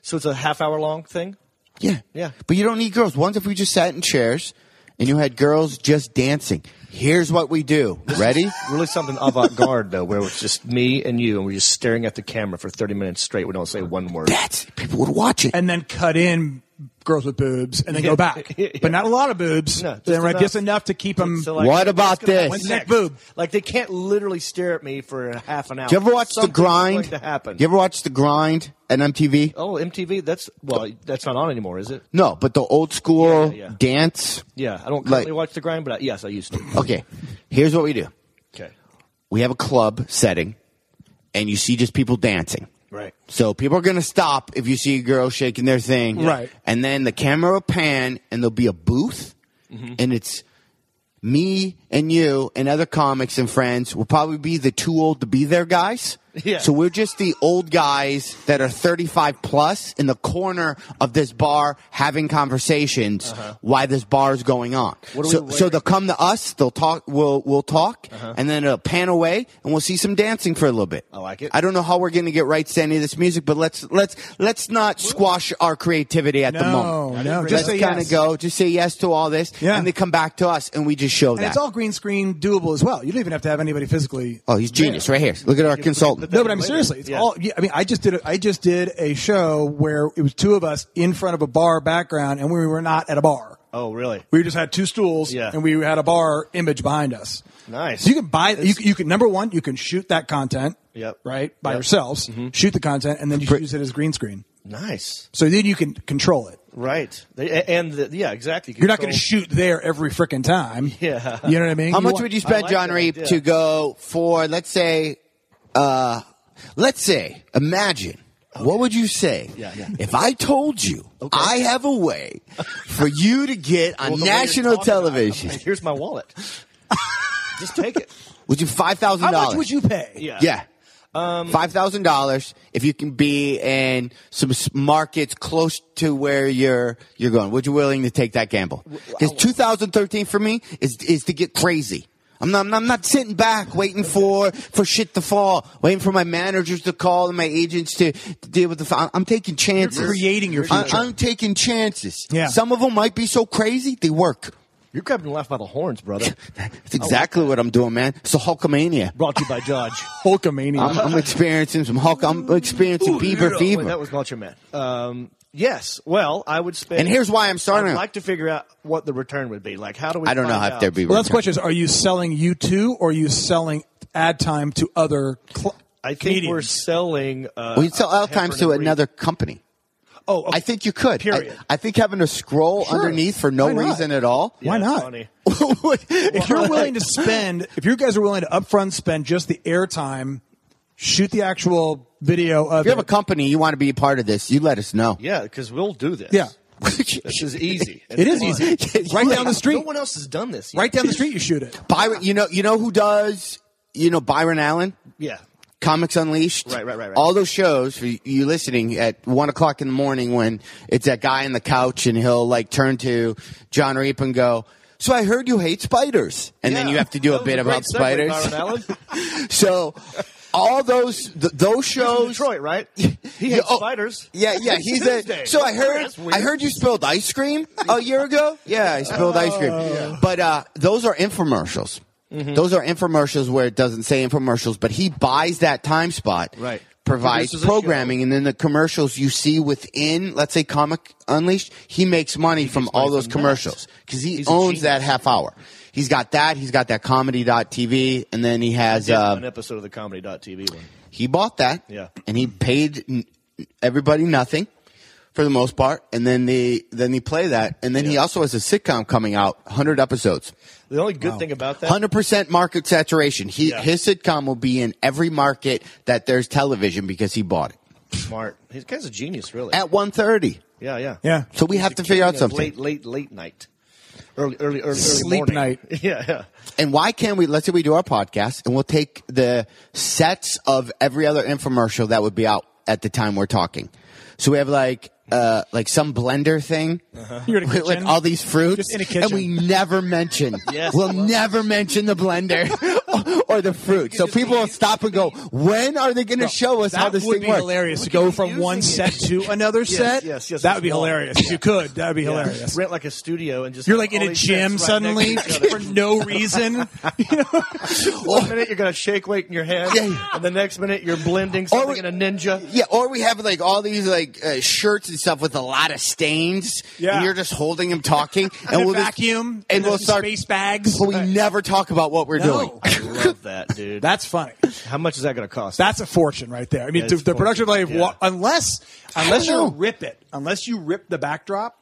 E: So it's a half hour long thing.
F: Yeah.
E: Yeah.
F: But you don't need girls. Once if we just sat in chairs and you had girls just dancing. Here's what we do. Ready?
E: Really something avant garde though, where it's just me and you, and we're just staring at the camera for 30 minutes straight. We don't say one word.
F: That's people would watch it.
H: and then cut in girls with boobs and then
E: Yeah.
H: go back.
E: Yeah.
H: But not a lot of boobs.
E: No,
H: then
E: just
H: right,
E: enough.
H: just enough to keep them.
E: So,
F: What about
E: what's gonna happen
F: this?
H: Neck
E: next?
H: boob.
E: Like they can't literally stare at me for a half an hour.
F: Do you ever watch The
E: Something's
F: Grind?
E: Going to happen.
F: You ever watch The Grind at MTV?
E: oh, MTV. That's well, that's not on anymore, is it?
F: No, but the old school
E: Yeah, yeah.
F: dance.
E: Yeah, I don't
F: Like-
E: currently watch The Grind, but I, yes, I used to.
F: Okay. Here's what we do.
E: Okay.
F: We have a club setting and you see just people dancing.
E: Right.
F: So people are going to stop if you see a girl shaking their thing.
H: Right.
F: And then the camera will pan and there'll be a booth
E: Mm-hmm.
F: and it's me and you and other comics and friends will probably be the too old to be there guys.
E: Yeah.
F: So we're just the old guys that are 35 plus in the corner of this bar having conversations why this bar is going on.
E: Uh-huh. What are
F: so,
E: we
F: so
E: wearing?
F: they'll come to us, they'll talk, we'll, we'll talk,
E: Uh-huh.
F: and then it'll pan away and we'll see some dancing for a little bit.
E: I like it.
F: I don't know how we're going to get rights to any of this music, but let's, let's, let's not squash our creativity at the
H: No,
F: moment.
H: no,
F: Let's
H: just say
F: kind of
H: yes.
F: go, just say yes to all this,
H: Yeah.
F: and they come back to us and we just show
H: And
F: that.
H: it's all green screen doable as well. You don't even have to have anybody physically
F: oh, he's genius right here. Look at our consultant.
H: No, but I'm
E: Uh, later.
H: seriously. It's
E: Yeah.
H: all. Yeah, I mean, I just did. A, I just did a show where it was two of us in front of a bar background, and we were not at a bar.
E: Oh, really?
H: We just had two stools,
E: Yeah.
H: and we had a bar image behind us.
E: Nice.
H: So you can buy. You, you can number one, you can shoot that content.
E: Yep.
H: Right by
E: Yep. Mm-hmm.
H: yourselves, shoot the content, and then you use it as green screen.
E: Nice.
H: So then you can control it.
E: Right. They, a- and the, yeah, exactly.
H: You're not going to
E: Control-
H: shoot there every freaking time.
E: Yeah.
H: You know what I mean?
F: How much
H: want-
F: would you spend,
E: like
F: John
E: that
F: Reap,
E: idea.
F: to go for, let's say, uh, let's say, imagine, what would you say
E: Yeah, yeah.
F: if I told you I have a way for you to get on
E: Well, the way you're
F: national
E: talking about it,
F: television?
E: I'm like, Here's my wallet. Just take it.
F: Would you five thousand
H: How
F: dollars?
H: much would you pay?
E: Yeah.
F: Yeah.
H: Um,
F: Five thousand dollars if you can be in some s- markets close to where you're you're going. Would you willing to take that gamble? Because 2013 for me is is to get crazy. I'm not, I'm not sitting back waiting for, for shit to fall, waiting for my managers to call and my agents to, to deal with the. fi- I'm taking chances.
H: creating your
F: I-
H: future.
F: I'm taking chances.
H: Yeah.
F: Some of them might be so crazy they work.
E: You're grabbing life by the horns, brother.
F: That's exactly what I'm doing, man. It's a Hulkamania.
E: Brought to you by Dodge.
H: Hulkamania.
F: I'm, I'm experiencing some Hulk. I'm experiencing Beaver fever.
E: Wait, that was not your man. Um, yes. Well, I would spend.
F: And here's why I'm starting
E: I'd
F: out.
E: like to figure out what the return would be. Like, how do we?
F: I don't know
E: find
F: how
E: out?
F: if there'd be.
H: Well, that's the
F: return.
H: question is, are you selling you two or are you selling ad time to other cl-
E: I think
H: comedians?
E: we're selling. Uh,
F: We could sell out times
E: Heffern
F: to
E: and Reed.
F: another company.
E: Oh, okay.
F: I think you could. I-
E: Period.
F: I, think having a scroll underneath for no
H: Why not?
F: reason at all.
H: Why
E: That's
H: not?
E: funny.
H: if you're willing to spend, if you guys are willing to upfront spend just the airtime, shoot the actual video
F: If
H: of
F: you have a
H: it.
F: company, you want to be a part of this. You let us know.
E: Yeah, because we'll do this.
H: yeah,
E: This is easy.
H: it is
E: It's fun.
H: easy. right down the
E: No
H: street,
E: one else has done this. Yet.
H: right down the street, you shoot it.
F: Byron, you know, you know who does. You know Byron Allen,
E: Yeah.
F: Comics Unleashed.
E: Right, right, right, right.
F: All those shows for you listening at one o'clock in the morning when it's that guy on the couch and he'll like turn to John Reap and go. So I heard you hate spiders, and then
E: Yeah.
F: you have to do
E: That
F: a
E: was
F: bit
E: great
F: about
E: segue,
F: spiders.
E: Byron Allen.
F: So all those th- those
E: From
F: shows.
E: Detroit, right? He
F: Yeah,
E: hates
F: oh,
E: spiders.
F: Yeah, yeah.
E: It's
F: He's a.
E: Tuesday.
F: So I heard.
E: That's weird.
F: I heard you spilled ice cream a year ago. Yeah, I spilled ice cream.
E: Oh.
F: But uh, those are infomercials.
E: Mm-hmm.
F: Those are infomercials where it doesn't say infomercials, but he buys that time spot.
E: Right.
F: Provides
E: Produces a
F: programming, and then the commercials you see within, let's say, Comic Unleashed, he makes money from
E: money
F: all those
E: from that.
F: commercials because he
E: He's a
F: owns
E: genius.
F: that half hour. He's got that. He's got that comedy.tv, and then he has
E: Yeah,
F: uh,
E: an episode of the comedy.tv one.
F: he bought that.
E: Yeah.
F: And he paid n- everybody nothing for the most part. And then they then they play that. And then he
E: Yeah.
F: also has a sitcom coming out, hundred episodes.
E: The only good thing about that
F: Hundred percent market saturation. He
E: Yeah.
F: his sitcom will be in every market that there's television because he bought it.
E: smart. He's kind of a genius, really.
F: At one thirty.
E: yeah, yeah,
H: Yeah.
F: So we have to figure out
E: Of
F: something.
E: Late, late, late night. Early, early, early, early
H: Sleep
E: morning.
H: night.
E: Yeah, yeah.
F: And why can't we? Let's say we do our podcast, and we'll take the sets of every other infomercial that would be out at the time we're talking. So we have like uh like some blender thing
E: Uh-huh.
H: You're in a
F: with, with
H: kitchen.
F: all these fruits,
H: Just in a
F: and
H: kitchen.
F: we never mention.
E: Yes, I
F: we'll
E: love
F: never mention the blender or the fruit. So people will stop and go, "When are they going to show us
H: that
F: how this
H: would
F: thing
H: be
F: works?"
H: hilarious to go from one set to another set.
E: yes, yes,
H: that would be
E: it's long.
H: hilarious. If you could, that would be hilarious.
E: Rent like a studio and just
H: You're
E: have
H: like in
E: all
H: a
E: these
H: gym
E: sets right next
H: suddenly
E: to each other.
H: for no reason. You know?
E: One minute you're gonna shake weight in your hand,
F: Yeah.
E: and the next minute you're blending something
F: we-
E: in a ninja.
F: Yeah, or we have like all these like uh, shirts and stuff with a lot of stains.
H: Yeah.
F: and you're just holding them, talking,
H: and
F: we'll just-
H: vacuum
F: and we'll
H: there's some
F: start
H: space bags.
F: But we never talk about what we're doing.
H: No.
E: I love that, dude.
H: That's funny.
E: How much is that gonna cost?
H: That's a fortune right there. I mean,
E: Yeah,
H: the,
E: it's
H: the
E: a
H: production value,
E: fortune.
H: of wa-
E: Yeah.
H: unless unless you
F: know.
H: rip it, unless you rip the backdrop,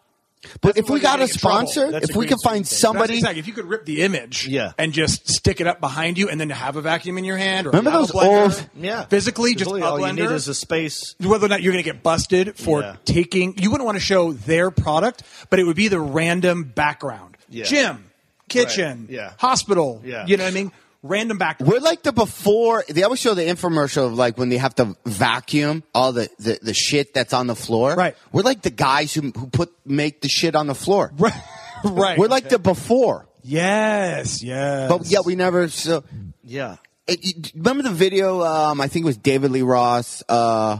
F: But if
E: what
F: we
E: you're
F: got a
E: gonna get in trouble.
F: sponsor,
E: That's
F: if
E: a
F: we
E: green
F: can find
E: screen thing.
H: That's
F: somebody,
H: exactly. If you could rip the image
E: Yeah.
H: and just stick it up behind you and then have a vacuum in your hand or
F: Remember
H: have
F: those
H: a blender,
F: old-
E: Yeah.
H: physically
E: There's
H: just
E: really
H: a
E: all you need
H: blender?
E: is a space.
H: whether or not you're going to get busted for
E: Yeah.
H: taking you wouldn't want to show their product but it would be the random background
E: Yeah.
H: gym kitchen
E: Right. Yeah.
H: hospital
E: Yeah.
H: you know what i mean random background
F: we're like the before. They always show the infomercial of like when they have to vacuum all the, the, the shit that's on the floor.
H: Right.
F: We're like the guys who who put make the shit on the floor.
H: right right
F: We're like the before,
H: yes yes
F: but yet we never. So,
E: Yeah.
F: it, you- remember the video? Um, I think it was David Lee Ross. Uh,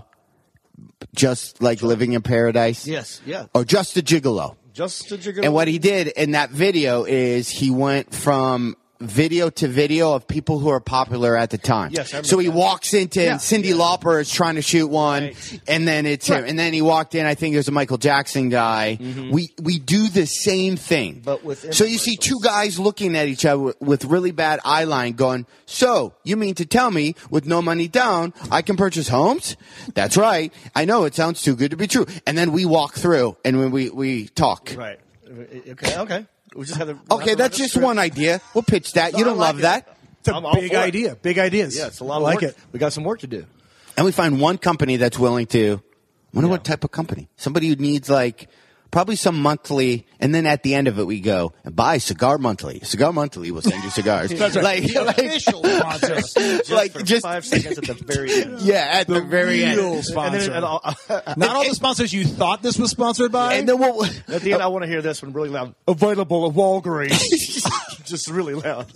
F: just like living in paradise.
E: Yes. Yeah.
F: Or just a gigolo.
E: Just to jiggle.
F: And what he did in that video is he went from video to video of people who are popular at the time.
E: Yes, I remember
F: so he
E: that.
F: walks into
H: Yeah.
F: and Cindy Lauper is trying to shoot one,
E: Right. Mm-hmm.
F: and then it's him.
H: Right.
F: And then he walked in. I think there's a Michael Jackson guy. We we do the same thing,
E: But with
F: so you see
E: infomercials.
F: two guys looking at each other with really bad eye line, going. So you mean to tell me with no money down, I can purchase homes? That's right. I know it sounds too good to be true. And then we walk through, and when we we talk,
E: Right. Okay. Okay. We just have to. we'll have
F: Okay,
E: to
F: that's
E: write a
F: just
E: script.
F: one idea. We'll pitch that. You
E: No, I
F: don't
E: like
F: love
E: it.
F: that.
H: it's a
E: I'm all
H: big
E: for it.
H: idea big ideas
E: Yeah, it's a lot of
H: I like
E: work.
H: it
E: We got some work to do.
F: And we find one company that's willing to. I wonder what type of company. Somebody who needs like probably some monthly, and then at the end of it we go and buy Cigar Monthly. Cigar Monthly will send you cigars. that's right. Like, like-
H: official sponsor
E: Just
F: Like,
E: for
F: just-
E: five seconds at the very end.
F: yeah, at the, very
H: real
F: end.
H: sponsor
E: And then, and I'll-
H: not all the sponsors you thought this was sponsored by
F: And then we'll.
E: at the end, I want to hear this one really loud. Available at Walgreens. just really loud.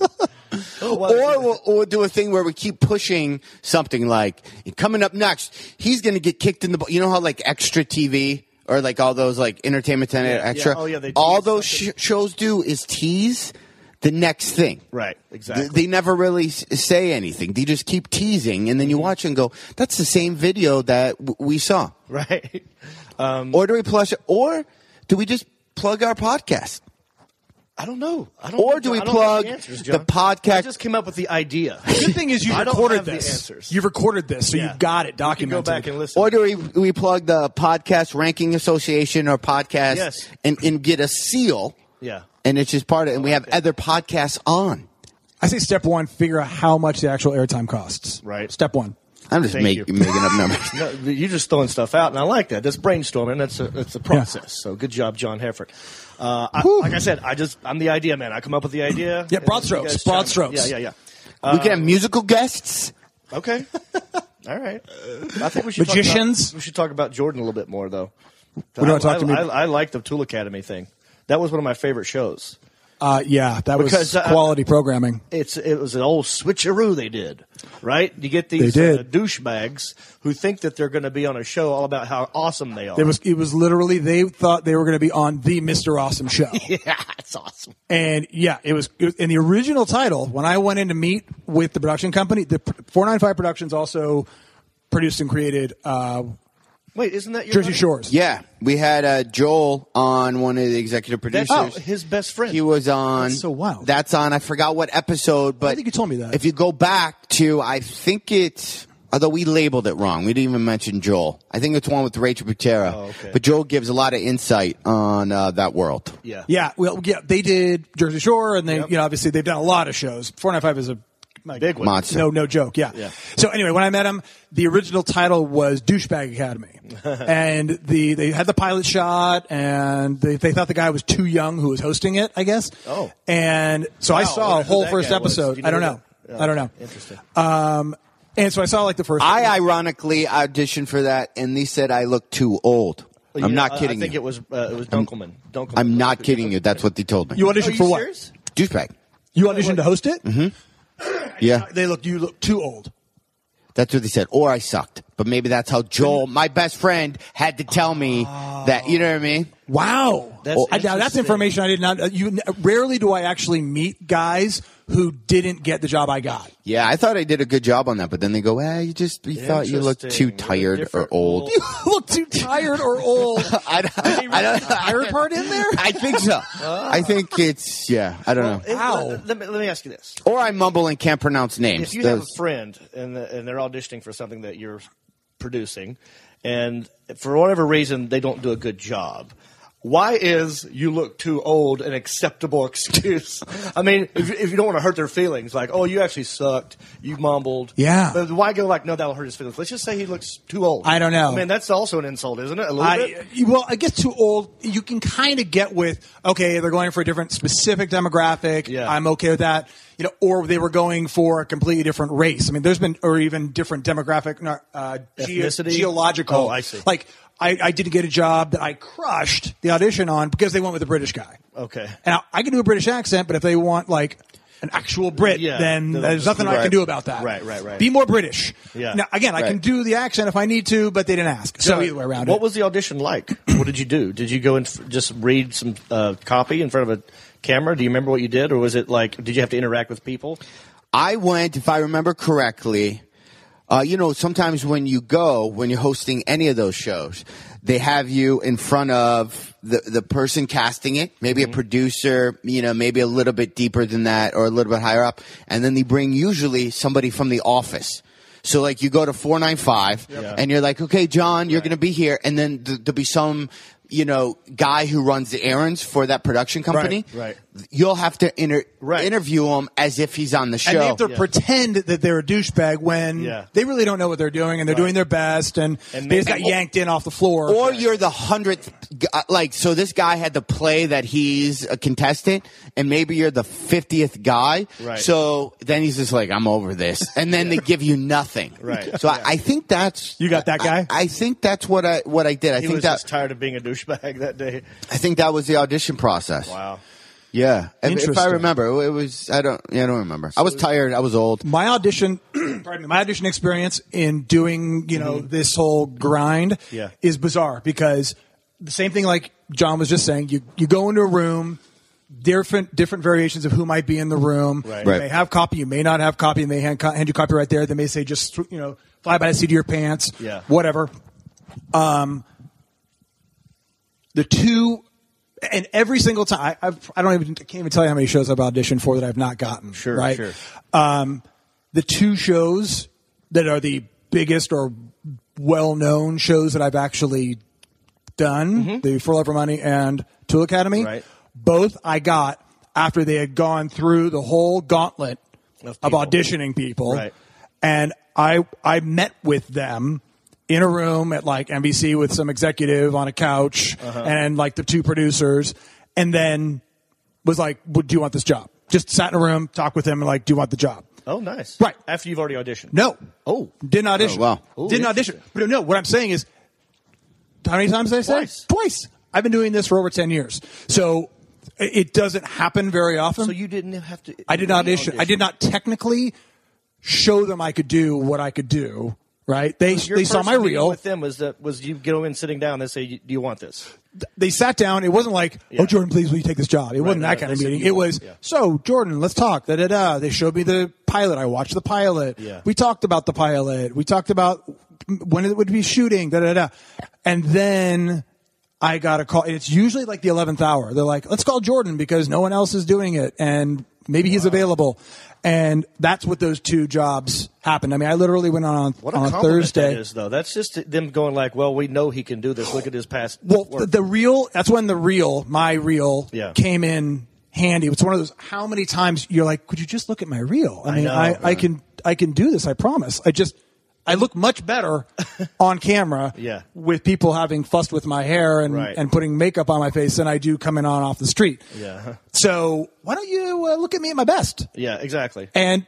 E: Oh,
F: Or we'll, or we'll do a thing where we keep pushing something like coming up next, he's going to get kicked in the. bu- You know how like extra TV or like all those like entertainment channel
E: Yeah, yeah.
F: extra.
E: Oh, yeah, they
F: all
E: tease
F: those sh-
E: something.
F: shows do is tease the next thing.
E: Right,
F: Th-
E: exactly.
F: They, never really s- say anything. They just keep teasing, and then
E: Mm-hmm.
F: you watch and go, "That's the same video that w- we saw."
E: right. Um,
F: Or do we plush? Or do we just plug our podcast?
E: I don't know. I don't
F: Or do we
E: I don't know
F: plug
E: the, answers,
F: the
E: John. I
F: podcast-
E: just came up with the idea.
H: good thing is you
E: I don't
H: recorded
E: have the
H: this
E: answers.
H: you recorded this so
E: Yeah.
H: you've got it
E: You can
H: documented
E: Go back and listen.
F: Or do we, we plug the podcast ranking association or podcast
E: Yes.
F: and, and get a seal?
E: Yeah.
F: And it's just part of it. And we have other podcasts on.
H: I say step one, figure out how much the actual airtime costs.
E: Right.
H: Step one.
F: I'm just
E: Thank
F: make,
E: you.
F: making up numbers.
E: No, you're just throwing stuff out, and I like that. That's brainstorming. That's a that's a process. So good job, John Hefford. Uh, I,
H: Whew.
E: like I said, I just I'm the idea man. I come up with the idea.
H: Yeah,
E: and
H: broad
E: you
H: strokes,
E: guys
H: broad
E: chime in.
H: strokes.
E: Yeah, yeah, Uh,
F: we can have musical guests.
E: yeah. Okay. All right. I think we should Talk
H: Magicians?
E: about, we should talk about Jordan a little bit more, though.
H: What do you want to
E: I,
H: talk to me-
E: I, I like the Tool Academy thing. That was one of my favorite shows.
H: Uh, yeah, that
E: Because,
H: was
E: uh,
H: quality programming.
E: it's it was an old switcheroo they did, right? You get these
H: They did.
E: Uh, douchebags who think that they're going to be on a show all about how awesome they are.
H: It was it was literally they thought they were going to be on the Mr. Awesome show.
E: yeah, it's awesome.
H: And yeah, it was, it was in the original title when I went in to meet with the production company, the 495 Productions also produced and created uh,
E: Wait, isn't that your
H: Jersey
E: buddy?
H: Shores.
F: Yeah. We had uh, Joel on one of the executive producers.
E: That's Oh, his best friend.
F: He was on.
H: That's so wild.
F: That's on. I forgot what episode, but
H: I think you told me that.
F: If you go back to, I think it's. Although we labeled it wrong, we didn't even mention Joel. I think it's one with Rachel Butera.
E: Oh, okay.
F: But Joel gives a lot of insight on uh, that world.
E: yeah,
H: Yeah, well, yeah, they did Jersey Shore, and they,
E: Yep.
H: you know, obviously they've done a lot of shows. 495 is a like,
E: big one.
F: Monster.
H: No, no joke. Yeah.
E: Yeah.
H: So anyway, when I met him, the original title was Douchebag Academy, and the they had the pilot shot, and they, they thought the guy was too young who was hosting it, I guess.
E: Oh.
H: And so
E: Wow,
H: I
E: I
H: saw a
E: wonder Oh, who
H: whole
E: that
H: first
E: guy was.
H: episode.
E: Do you
H: I don't
E: know
H: know.
E: who that- Oh,
H: I don't know.
E: Interesting.
H: Um, and so I saw like the first.
F: I ironically auditioned for that, and they said I look too old. I'm
E: Yeah,
F: not
E: I-
F: kidding
E: I think
F: you.
E: it was uh, it was Dunkelman. Dunkelman.
F: I'm not kidding you. That's what they told me.
H: you
E: Are
H: auditioned
E: Oh, you
H: for what?
E: serious?
F: douchebag?
H: You auditioned to host it.
F: Yeah,
H: They looked. You look too old.
F: that's what they said. Or I sucked. But maybe that's how Joel, my best friend, had to tell me
E: Oh.
F: that. You know what I mean?
H: Wow,
E: That's
H: I, now that's
E: interesting.
H: information I did not. uh, You rarely do I actually meet guys who didn't get the job I got.
F: Yeah, I thought I did a good job on that, but then they go, "Ah, you just you thought you looked
E: Interesting.
F: too
E: With a
F: tired or
E: different
F: old."
E: role.
H: Look too tired or old.
F: I don't. I don't.
H: tired part in there?
F: I think so. I think it's yeah. I don't know.
E: It-
H: Wow.
E: Let, let me, let me ask you this:
F: Or I mumble and can't pronounce names.
E: If you have a
F: Those-
E: friend and the, and they're auditioning for something that you're producing, and for whatever reason they don't do a good job, Why is you look too old an acceptable excuse? I mean, if, if you don't want to hurt their feelings, like, oh, you actually sucked, you mumbled.
H: Yeah.
E: But why go like, no, that'll hurt his feelings? Let's just say he looks too old.
H: I don't know.
E: I mean, that's also an insult, isn't it? A little bit?
H: I, well, I guess too old. You can kind of get with okay, they're going for a different specific demographic.
E: Yeah.
H: I'm okay with that. You know, or they were going for a completely different race. I mean, there's been or even different demographic, no, uh, geo-
E: Ethnicity?
H: geological.
E: Oh, I see.
H: Like I, I did get a job that I crushed the audition on because they went with a British guy.
E: Okay.
H: And I, I can do a British accent, but if they want like an actual Brit,
E: Yeah.
H: then
E: Then-
H: there's nothing I
E: Right.
H: can do about that.
E: Right, right, right.
H: Be more British.
E: Yeah.
H: Now, again, I can
F: Right.
H: do the accent if I need to, but they didn't ask. So either way around.
E: What
H: it-
E: was the audition like? What did you do? Did you go and f- just read some uh, copy in front of a camera? Do you remember what you did, or was it like did you have to interact with people?
F: I went, if I remember correctly, uh, you know, sometimes when you go, when you're hosting any of those shows, they have you in front of the, the person casting it, maybe
E: Mm-hmm.
F: a producer, you know, maybe a little bit deeper than that or a little bit higher up. And then they bring usually somebody from the office. So like you go to 495 and you're like, okay, John, you're going to be here. And then th- there'll be some, you know, guy who runs the errands for that production company.
E: right.
F: You'll have to inter-
E: Right.
F: interview him as if he's on the show.
H: and they have to pretend that they're a douchebag when
E: Yeah.
H: they really don't know what they're doing and they're doing their best and,
E: And
H: they just
E: maybe-
H: got yanked in off the floor.
F: or you're the hundredth g- uh, like so this guy had to play that he's a contestant and maybe you're the 50th guy
E: Right.
F: so then he's just like i'm over this and then they give you nothing
E: Right.
F: so I, I think that's
H: You got that guy?
F: I, I think that's what i what i did i
E: He
F: think
E: was
F: that
E: just tired of being a douchebag that day.
F: i think that was the audition process
E: Wow.
F: yeah if, if i
H: Interesting.
F: remember it was i don't yeah, i don't remember i was tired i was old
H: my audition, pardon me, my audition experience in doing you know this whole grind
E: Mm-hmm. Yeah.
H: is bizarre because the same thing like John was just saying, you you go into a room. Different different variations of who might be in the room.
E: Right.
H: You
F: Right.
H: may have copy, you may not have copy, and they hand, co- hand you copy right there. They may say just you know fly by the seat of your pants.
E: Yeah.
H: Whatever. the two and every single time I, I've, I don't even I can't even tell you how many shows I've auditioned for that I've not gotten.
E: Sure,
H: right?
E: sure.
H: Um, the two shows that are the biggest or well-known shows that I've actually done, the For Love or Money and Tool Academy,
E: Mm-hmm. Right.
H: both I got after they had gone through the whole gauntlet
E: Of
H: of,
E: people.
H: auditioning people,
E: Right.
H: and I I met with them in a room at like NBC with some executive on a couch
E: Uh-huh.
H: and like the two producers, and then was like, "Would do you want this job?" Just sat in a room, talked with them, and like, "Do you want the job?"
E: Oh, nice.
H: Right.
E: After you've already auditioned.
H: No.
E: Oh.
H: Didn't audition.
F: Oh, wow.
E: Ooh,
H: Didn't audition. But no, what I'm saying is, how many times did I say?
E: Twice.
H: Twice. I've been doing this for over 10 years. So it it doesn't happen very often.
E: So you didn't have to.
H: I did not audition. I did not technically show them I could do what I could do. Right? They
E: Your
H: they saw
E: first
H: my
E: meeting
H: reel.
E: with them was that was you go in sitting down and say, "Do you want this?"
H: They sat down. It wasn't like,
E: Yeah.
H: oh Jordan, please will you take this job? It wasn't
E: no,
H: that kind of
E: they said you
H: meeting. It
E: want-
H: was
E: yeah.
H: so Jordan, let's talk. Da da da. They showed me the pilot. I watched the pilot.
E: Yeah.
H: We talked about the pilot. We talked about when it would be shooting. Da da da. And then I got a call. It's usually like the eleventh hour. They're like, let's call Jordan because no one else is doing it, and maybe he's available. And that's what those two jobs happened. I mean, I literally went on
E: What a
H: on a
E: compliment
H: Thursday.
E: that is, though. That's just them going like, "Well, we know he can do this. Look at his past."
H: Well,
E: work."
H: the, the reel, that's when the reel, my reel,
E: Yeah.
H: came in handy. It's one of those, how many times you're like, could you just look at my reel? I mean,
E: know.
H: I, I can, I can do this. I promise. I just, I look much better on camera
E: Yeah.
H: with people having fussed with my hair and,
E: Right.
H: and putting makeup on my face than I do coming on off the street.
E: Yeah.
H: So why don't you uh, look at me at my best?
E: yeah, exactly.
H: And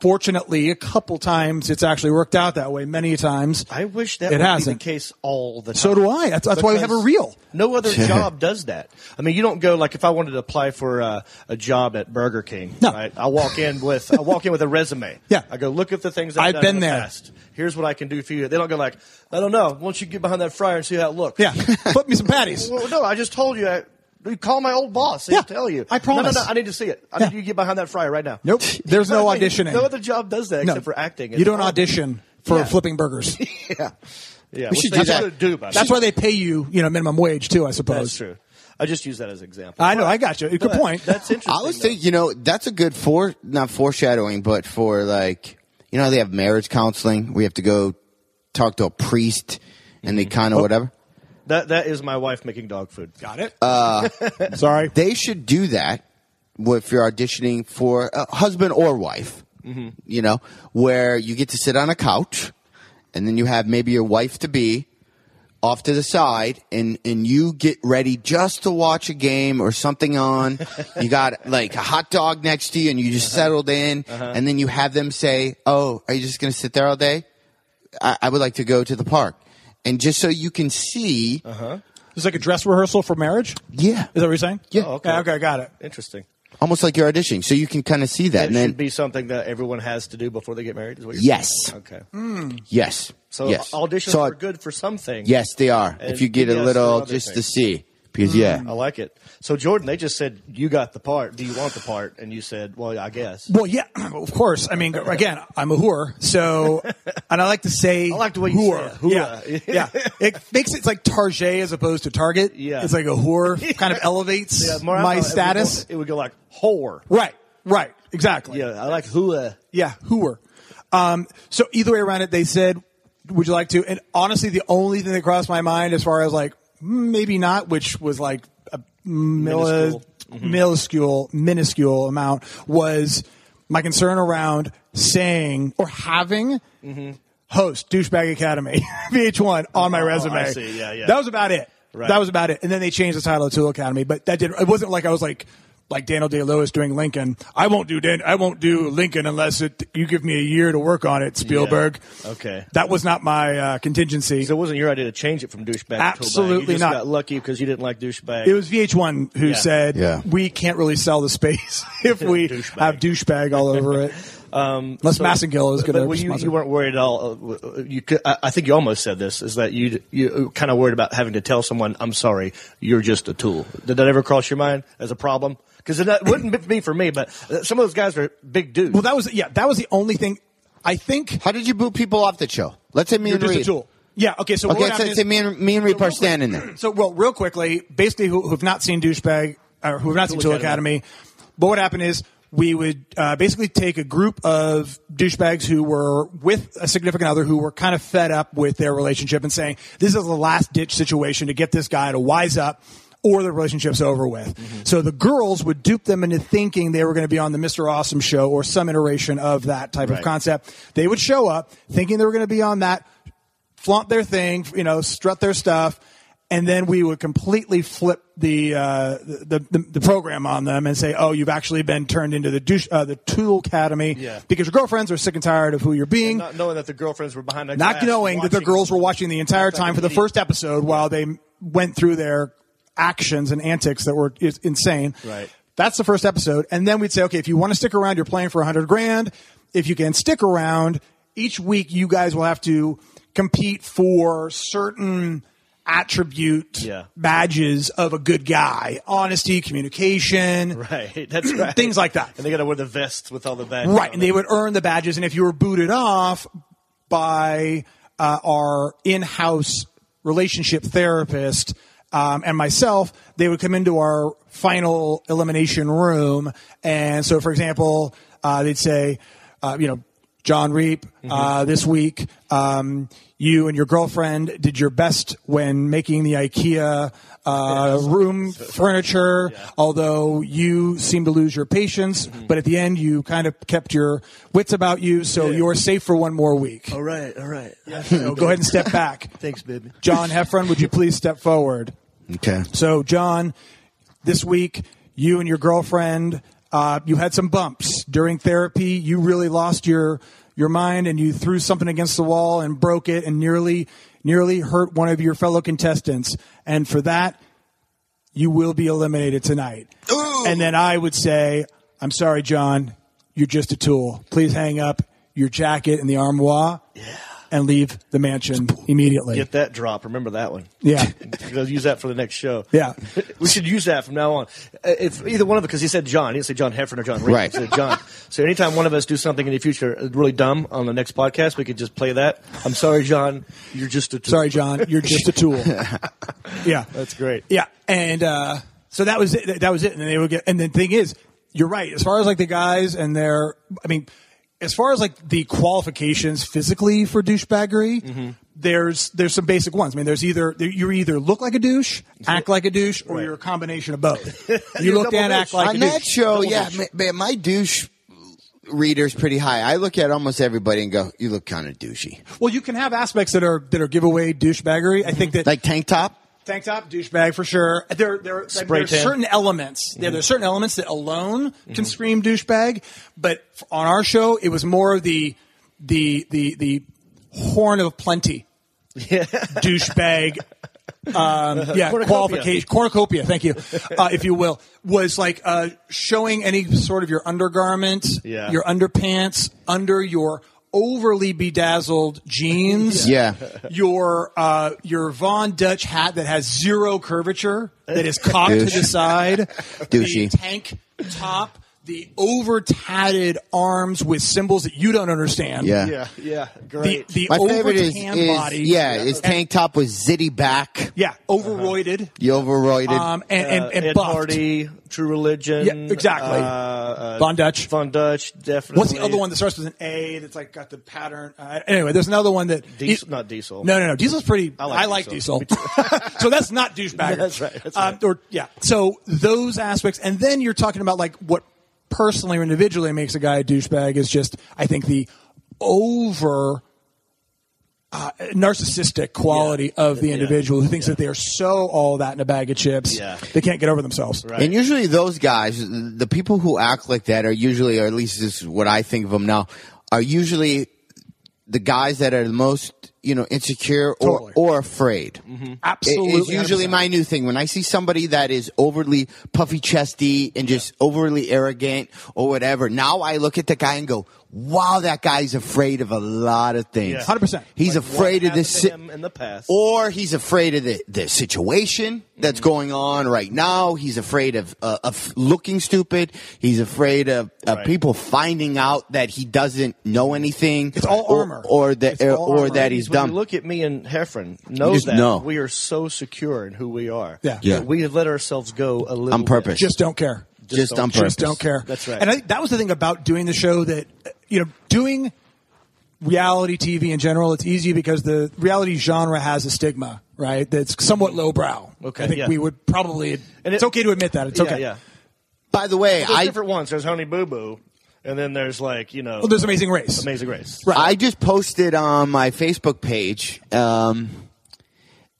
H: fortunately, a couple times it's actually worked out that way. Many times.
E: I wish that
H: It
E: would
H: hasn't.
E: be the case all the time.
H: So do I. That's- that's why we have a
E: Because
H: reel.
E: No other job does that. I mean, you don't go like if I wanted to apply for uh, a job at Burger King,
H: No.
E: right? I walk in with I walk in with a resume.
H: Yeah.
E: I go look at the things that
H: I've
E: I've, done in
H: been
E: the
H: there.
E: Past. Here's what I can do for you. They don't go like I don't know. Once you get behind that fryer and see how it looks.
H: yeah. Flip me some patties.
E: Well, no, I just told you. I, you call my old boss. He'll
H: Yeah.
E: tell you.
H: I promise.
E: No, no, no. I need to see it. I
H: Yeah.
E: need you to get behind that fryer right now.
H: Nope. There's no
E: I mean,
H: auditioning.
E: No other job does that except for acting.
H: You don't audition for
E: Yeah.
H: flipping burgers.
E: Yeah,
F: We
E: which
F: should
E: they
F: do that.
E: should Do, by the
H: That's
E: way.
H: why they pay you, you know, minimum wage too. I suppose.
E: That's true. I just use that as an example.
H: I know. I got you. Good
E: But
H: point.
E: That's interesting.
F: Uh, I was
E: though.
F: thinking, you know, that's a good for not foreshadowing, but for like, you know, how they have marriage counseling. We have to go talk to a priest, and they kind of whatever.
E: That that is my wife making dog food.
H: Got it? Uh, Sorry.
F: They should do that if you're auditioning for a husband or wife, you know, where you get to sit on a couch and then you have maybe your wife to be off to the side and, and you get ready just to watch a game or something on. you got like a hot dog next to you and you just settled in and then you have them say, Oh, are you just going to sit there all day? I, I would like to go to the park. And just so you can see,
H: It's like a dress rehearsal for marriage? Is
F: yeah,
H: that what you're saying?
F: Yeah.
E: Oh, okay.
H: Okay, okay, got it.
E: Interesting.
F: almost like you're auditioning. So you can kind of see that.
E: It
F: and then,
E: should be something that everyone has to do before they get married. Is what you're
F: Yes.
E: saying? Okay.
F: Yes.
E: So
F: yes.
E: auditions
F: So I-
E: are good for something.
F: Yes, they are.
E: And
F: if you get a
E: yes
F: little
E: for other
F: just to
E: things. Mm.
F: see, because yeah,
E: I like it. So Jordan, they just said you got the part. Do you want the part? And you said, well, I guess.
H: Well, yeah, of course. I mean, again, I'm a whore, so and I like to say I
E: like the way you
H: whore.
E: said it,
H: Yeah,
E: whore.
H: yeah. It makes it like Target as opposed to Target.
E: Yeah.
H: it's like a whore. Kind of elevates
E: Yeah, more-
H: my
E: it would go-
H: status.
E: It would go like whore.
H: Right, right, exactly.
E: Yeah, I like uh, hua.
H: Yeah, who were. Um, so either way around it, they said, "Would you like to?" And honestly, the only thing that crossed my mind, as far as like mm, maybe not, which was like a mili-
E: Mm-hmm.
H: minuscule, minuscule amount, was my concern around saying or having. Host douchebag academy VH1 on my resume.
E: Mm-hmm. Oh, I see. Yeah, yeah.
H: That was about it.
E: Right.
H: That was about it. And then they changed the title to Academy, but that did. It wasn't like I was like like Daniel Day Lewis doing Lincoln. I won't do Dan. I won't do Lincoln unless it you give me a year to work on it, Spielberg.
E: Okay.
H: That was not my uh, contingency.
E: So it wasn't your idea to change it from douchebag. to
H: Absolutely
E: toolbag. You just
H: not.
E: Got lucky because you didn't like douchebag.
H: it was VH1 who
E: Yeah.
H: said
F: Yeah.
H: we can't really sell the space if we
E: Douchebag. Um,
H: have douchebag all over it. unless Massengill is
E: But-
H: going
E: But
H: to
E: you, you weren't worried at all. uh, w- uh, You, could, I, I think you almost said this is that you you kind of worried about having to tell someone, "I'm sorry, you're just a tool." Did that ever cross your mind as a problem? Because it wouldn't be for me, but uh, some of those guys are big dudes.
H: Well, that was yeah. That was the only thing. I think
F: how did you boot people off the show? Let's say me
H: you're
F: and
H: just
F: Reed.
H: a tool. Yeah. Okay. So
F: Okay,
H: what
F: let's
H: happened
F: say-
H: is-
F: say me and me and Reed
H: real
F: are
H: quick-
F: standing there.
H: So, well, real quickly, basically, who, who have not seen Douchebag or who have not seen Tool Academy. but what happened is we would uh, basically take a group of douchebags who were with a significant other who were kind of fed up with their relationship and saying, "This is the last ditch situation to get this guy to wise up." Or the relationship's over with.
F: Mm-hmm.
H: So the girls would dupe them into thinking they were going to be on the Mr. Awesome show or some iteration of that type of
E: Right.
H: concept. They would show up thinking they were going to be on that flaunt their thing, you know, strut their stuff, and then we would completely flip the uh, the, the the program on them and say, "Oh, you've actually been turned into the douche, uh, the tool academy
E: Yeah.
H: because your girlfriends are sick and tired of who you're being."
E: not knowing that the girlfriends were behind that.
H: not
E: glass
H: knowing that their
E: watching-
H: girls were watching the entire
E: It's like
H: time for the
E: idiot.
H: first episode while they went through their actions and antics that were is insane.
E: Right.
H: That's the first episode, and then we'd say, okay, if you want to stick around, you're playing for a hundred grand. If you can stick around, each week you guys will have to compete for certain attribute
E: Yeah.
H: badges of a good guy: honesty, communication,
E: Right, that's right.
H: things like that.
E: and they got to wear the vests with all the badges.
H: Right,
E: on
H: and they
E: them.
H: would earn the badges, and if you were booted off by uh, our in-house relationship therapist um, and myself, they would come into our final elimination room, and so, for example, uh, they'd say, uh, you know, John Reap, uh, this week, um, you and your girlfriend did your best when making the IKEA uh, room furniture, although you seemed to lose your patience.
E: Mm-hmm.
H: But at the end, you kind of kept your wits about you, so you're safe for one more week.
E: All right, all right.
H: So go ahead and step back.
E: Thanks, baby.
H: John Heffron, would you please step forward?
F: Okay.
H: So, John, this week, you and your girlfriend, uh, you had some bumps during therapy. You really lost your your mind, and you threw something against the wall and broke it, and nearly nearly hurt one of your fellow contestants. And for that, you will be eliminated tonight. And then I would say, I'm sorry, John. You're just a tool. Please hang up your jacket in the armoire and leave the mansion immediately.
E: Get that drop. Remember that one.
H: Yeah.
E: They'll use that for the next show.
H: Yeah.
E: we should use that from now on. Uh, If either one of because he said John, he didn't say John Heffern or John Reed.
F: Right.
E: He said John. So anytime one of us do something in the future uh, really dumb on the next podcast, we could just play that. I'm sorry, John. You're just a tool.
H: Sorry, John, you're just a tool. yeah,
E: That's great.
H: Yeah, and uh, so that was it. That was it. And then they would get. And the thing is, you're right. As far as like the guys and
E: Mm-hmm.
H: their, I mean, as far as like the qualifications physically for douchebaggery, there's there's some basic ones. I mean, there's either you either look like a douche, act like a douche, or you're a combination of both. You look
E: double
H: and
E: douche.
H: act like a
F: on
H: douche.
F: that show,
H: Double
F: yeah,
H: douche.
F: ma- man, my douche reader's pretty high. I look at almost everybody and go, "You look kind of douchey,"
H: Well, you can have aspects that are that are giveaway douchebaggery. I think that
F: like tank top.
H: tank top douchebag for sure. There, there, like,
E: Spray
H: there's
E: tan. Mm-hmm.
H: certain elements. Yeah, there's certain elements that alone can scream douchebag. But f- on our show, it was more of the the the the horn of plenty, douchebag. Um, yeah,
E: Cornucopia.
H: qualification cornucopia. Thank you, uh, if you will, was like uh, showing any sort of your undergarment,
E: Yeah.
H: your underpants, under your overly bedazzled jeans,
F: Yeah.
H: your uh, your Von Dutch hat that has zero curvature, that is cocked
F: Douche.
H: to the side, the
F: Douchey.
H: tank top, the over tatted arms with symbols that you don't understand.
F: Yeah.
E: Yeah, yeah,
H: The
E: great.
H: the
F: My
H: over
F: favorite is,
H: tan
F: is
H: body.
F: yeah, is tank top with zitty back,
H: Yeah. Overroided.
F: the overroided.
H: Um and, and, and
E: Uh, Ed
H: buffed.
E: Hardy, True Religion.
H: Yeah, exactly.
E: Uh, uh,
H: Von Dutch.
E: Von Dutch, definitely.
H: What's the other one that starts with an A that's like got the pattern? Uh, anyway, there's another one that
E: Diesel- not Diesel.
H: No, no, no. Diesel's pretty. I
E: I
H: like,
E: like
H: diesel.
E: Diesel.
H: so that's not douchebag. Uh,
E: That's right, that's right.
H: or yeah. So those aspects, and then you're talking about like what personally or individually makes a guy a douchebag is just I think the over uh, narcissistic quality of the individual who thinks that they are so all that in a bag of chips
E: Yeah.
H: they can't get over themselves. Right.
F: And usually those guys, the people who act like that are usually, or at least this is what I think of them now, are usually the guys that are the most, you know, insecure or,
H: Totally.
F: or afraid.
H: Absolutely.
F: It's usually
H: 100%.
F: my new thing. When I see somebody that is overly puffy chesty and just overly arrogant or whatever, now I look at the guy and go, wow, that guy's afraid of a lot of things.
E: Yeah.
H: 100%.
F: He's afraid of
E: happened
F: this.
E: to
F: si-
E: him in the past.
F: or he's afraid of the, the situation that's going on right now. He's afraid of uh, of looking stupid. He's afraid of, of
E: Right.
F: people finding out that he doesn't know anything.
H: It's all
F: or-
H: armor.
F: or that
H: It's all
F: or
H: armor.
F: that he's
E: When
F: dumb.
E: you look at me and Heffron, know
F: just
E: that
F: know.
E: we are so secure in who we are.
H: Yeah.
F: Yeah.
E: That we have let ourselves go a little
F: On purpose.
H: just don't care.
F: just, on purpose.
H: just don't care.
E: That's right.
H: And I, think that was the thing about doing the show that uh, you know doing reality TV in general. It's easy because the reality genre has a stigma, right? That's somewhat lowbrow.
E: Okay,
H: I think
E: yeah.
H: we would probably.
E: And
H: it's
E: it-
H: okay to admit that. It's
E: Yeah,
H: okay.
E: yeah.
F: By the way,
E: There's
F: I
E: different ones. There's Honey Boo Boo, and then there's like you know.
H: Well, there's Amazing Race.
E: Amazing Grace.
H: Right.
F: I just posted on my Facebook page, um,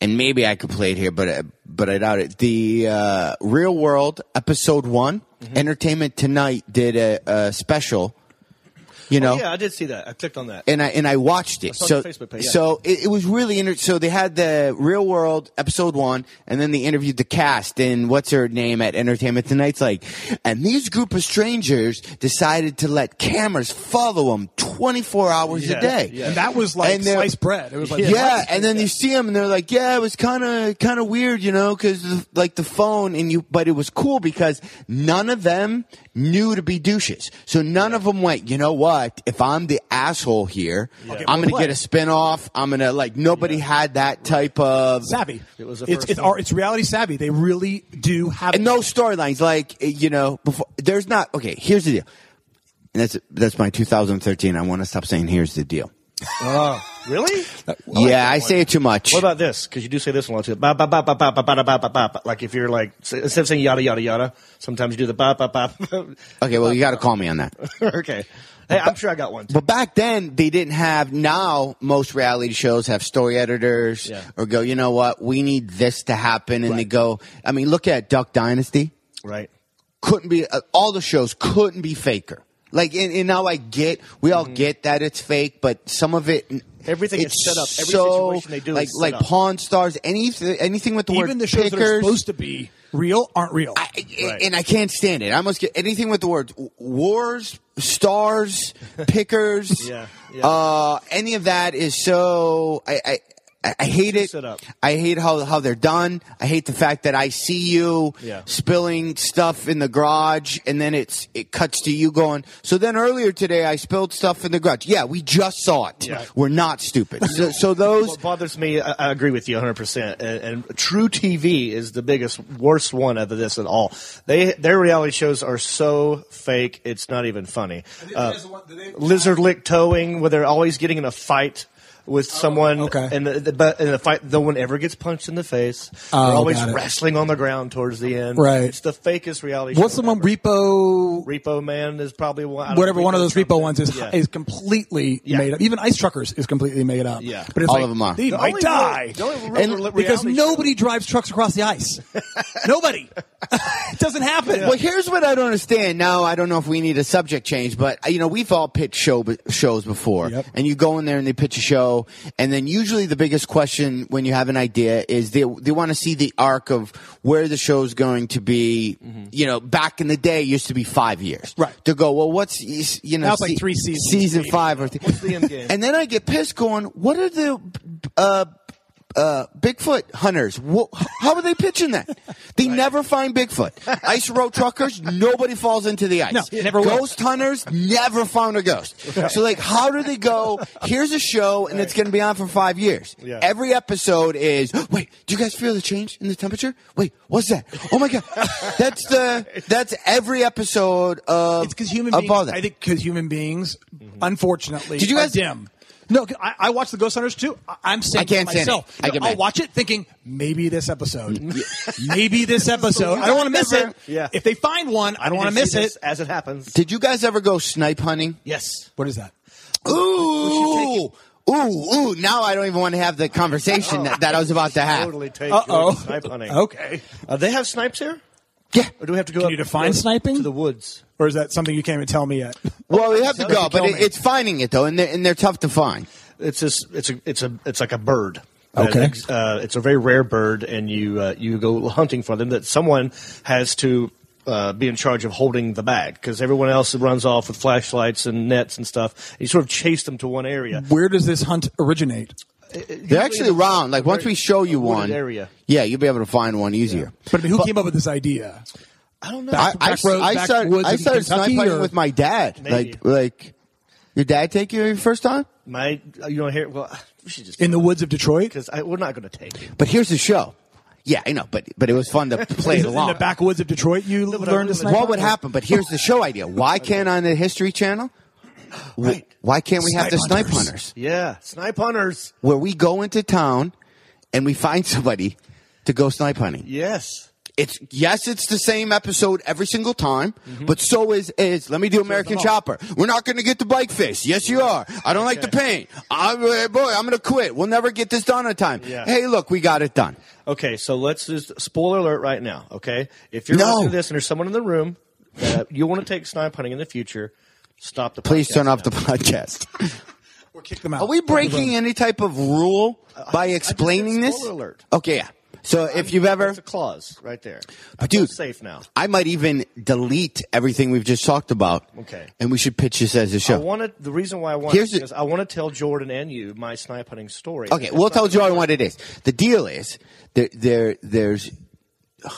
F: and maybe I could play it here, but uh, but I doubt it. The uh, Real World episode one, Entertainment Tonight did a, a special. You know,
E: Oh, Yeah, I did see that. I clicked on that.
F: and I and I watched it.
E: saw
F: so
E: your Facebook page, yeah.
F: so it, it was really inter- so they had the Real World episode one, and then they interviewed the cast and what's her name at Entertainment Tonight's like, and these group of strangers decided to let cameras follow them twenty four hours
E: Yeah,
F: a day.
E: yeah.
H: And that was like
F: And they're-
H: sliced bread. It was like
F: Yeah,
H: what?
F: and then you see them, and they're like, "Yeah, it was kind of kind of weird, you know, because like the phone and you." But it was cool because none of them knew to be douches, so none of them went. You know what? If I'm the asshole here, I'm gonna
H: play."
F: get a spin off. I'm gonna like nobody had that type of
H: savvy.
E: It was the
H: it's
E: first
H: it's,
E: one.
H: ar- it's reality savvy. They really do have
F: and no storylines. Like you know, before there's not. Okay, here's the deal. And that's that's my 2013. I want to stop saying here's the deal.
E: Really?
F: yeah, I say it too much.
E: What about this? Because you do say this a lot too. Ba ba ba ba ba ba ba da, ba ba ba ba. Like if you're like s- instead of saying yada yada yada, sometimes you do the ba ba ba.
F: okay, well, you got to call me on that.
E: okay. Hey, I'm sure I got one. Too.
F: But back then, they didn't have. Now, most reality shows have story editors
E: Yeah.
F: or go, you know what, we need this to happen. And they go, I mean, look at Duck Dynasty.
E: Right.
F: Couldn't be, uh, all the shows couldn't be faker. Like, and, and now I get, we all get that it's fake, but some of it.
E: Mm-hmm. Everything is
F: it's
E: set up. Every
F: so,
E: situation they do is
F: Like,
E: set
F: like
E: up.
F: Pawn Stars, anything, anything with the word
H: even the shows that are
F: pickers.
H: supposed to be real aren't real.
F: I-
E: Right.
F: and I can't stand it. I must get anything with the words w- wars, stars, pickers,
E: Yeah, yeah.
F: Uh, any of that is so. I, I I- I hate it.
E: set up.
F: I hate how how they're done. I hate the fact that I see you
E: Yeah.
F: spilling stuff in the garage, and then it's it cuts to you going. So then earlier today, I spilled stuff in the garage. Yeah, we just saw it.
E: Yeah.
F: We're not stupid. So, so those
E: What bothers me, I, I agree with you 100%. And, and True TV is the biggest, worst one of this at all. They Their reality shows are so fake, it's not even funny. Uh, Lizard Lick Towing, where they're always getting in a fight. with someone.
H: Oh, okay.
E: And the, the, but in the fight, no one ever gets punched in the face.
H: Oh,
E: They're always
H: got it.
E: wrestling on the ground towards the end.
H: Right.
E: It's the fakest reality.
H: What's
E: show
H: the one
E: ever.
H: Repo?
E: Repo Man is probably one. I don't
H: whatever
E: know,
H: one of those
E: something.
H: repo ones is
E: Yeah.
H: is completely
E: Yeah.
H: made up. Even Ice Truckers is completely made up.
E: Yeah.
H: but it's
F: All
H: like,
F: of them are.
H: They
E: The
H: might
E: only
H: die
E: real- the only real real-
H: because
E: reality
H: nobody drives trucks across the ice. nobody. it doesn't happen.
F: Well, here's what I don't understand. Now, I don't know if we need a subject change, but uh, you know, we've all pitched show shows before,
H: Yep.
F: and you go in there and they pitch a show, and then usually the biggest question when you have an idea is they they want to see the arc of where the show's going to be. You know, back in the day, it used to be five years,
H: Mm-hmm. Right.
F: To go well, what's you know,
H: Now it's like three seasons.
F: season five or th-
E: What's the end game?
F: and then I get pissed going, what are the uh, uh, Bigfoot hunters? Wha how are they pitching that? They never find Bigfoot. Ice road truckers, nobody falls into the ice.
H: No, it never will.
F: ghost hunters never found a ghost. So, like, how do they go? Here's a show, and it's going to be on for five years.
E: Yeah.
F: Every episode is, wait, do you guys feel the change in the temperature? Wait, what's that? Oh my god, that's the that's every episode of
H: It's because human
F: of
H: beings.
F: all that.
H: I think because human beings,
E: Mm-hmm.
H: unfortunately,
F: Did you guys-
H: are dim. No, 'cause I, I watch the Ghost Hunters too. I, I'm saying
F: I can't
H: to
F: stand it.
H: myself,
F: I
H: you know,
F: get
H: I'll
F: mad.
H: watch it thinking maybe this episode, maybe this episode. I don't want to miss it.
E: Yeah.
H: If they find one, I don't want to miss it.
E: as it happens.
F: Did you guys ever go snipe hunting?
E: yes.
H: What is that?
F: Ooh, ooh, ooh! Now I don't even want to have the conversation
H: Oh.
F: that, that I was about to have.
E: Totally take
H: Uh-oh.
E: good snipe hunting.
H: Okay.
E: Uh, they have snipes here?
F: Yeah.
E: Or do we have to go
H: Can
E: up
H: you define
E: to the-
H: sniping?
E: To the woods.
H: Or is that something you can't even tell me yet?
F: Well, we have to
E: Sounds
F: go,
E: like
F: but
E: you
F: it,
E: told me.
F: it's finding it though, and they're, and they're tough to find.
E: It's just, it's a it's a it's like a bird.
H: Okay.
E: Uh, it's a very rare bird, and you uh, you go hunting for them. That someone has to uh, be in charge of holding the bag because everyone else runs off with flashlights and nets and stuff. You sort of chase them to one area.
H: Where does this hunt originate?
F: They're actually round. Like once
E: very-
F: we show you
E: a wooded
F: one
E: area.
F: yeah, you'll be able to find one easier.
H: But I mean, who came up with this idea?
E: I don't know.
F: I, I,
H: Back road-
F: I
H: back
F: started,
H: woods
F: I
H: in
F: started
H: Kentucky,
F: snipe hunting
H: or-
F: with my dad.
E: Maybe.
F: Like, like your dad take you your first time?
E: My uh, you don't hear well. We should just
H: In the woods of Detroit?
E: because we're not going to take it.
F: But here's the show. Yeah, I know, but but it was fun to play
H: Is
F: it
H: it
F: along.
H: In the backwoods of Detroit, you
E: but I
H: learned to
E: live in-
H: snipe.
F: what would happen? But here's the show idea. Why can't on the History Channel? wh- Why can't we have the snipe
H: Snipe hunters.
F: hunters
E: Yeah, snipe hunters.
F: where we go into town and we find somebody to go snipe hunting?
E: Yes.
F: It's yes, it's the same episode every single time, but Mm-hmm. so is is. Let me do American Chopper. We're not going to get the bike fist. Yes, you are. I don't like the pain. I, uh, boy, I'm going to quit. We'll never get this done on time.
E: Yeah.
F: Hey, look, we got it done.
E: Okay, so let's just spoiler alert right now. Okay, if you're
F: No.
E: listening to this and there's someone in the room that you want to take snipe hunting in the future, stop the.
F: Please
E: podcast
F: turn off
E: now.
F: the podcast.
H: Or kick them out.
F: Are we breaking any type of rule by explaining this?
E: spoiler alert.
F: Okay, yeah. So if you've ever,
E: That's a clause right there. I
F: But
E: feel
F: dude-
E: safe now.
F: I might even delete everything we've just talked about.
E: Okay.
F: And we should pitch this as a
E: I
F: show.
E: want to. The reason why I want
F: Here's
E: Here's
F: the-
E: is I want to tell Jordan and you my snipe hunting story.
F: okay,
E: It's
F: we'll
E: not-
F: tell Jordan what it is. The deal is there, there, there's, ugh,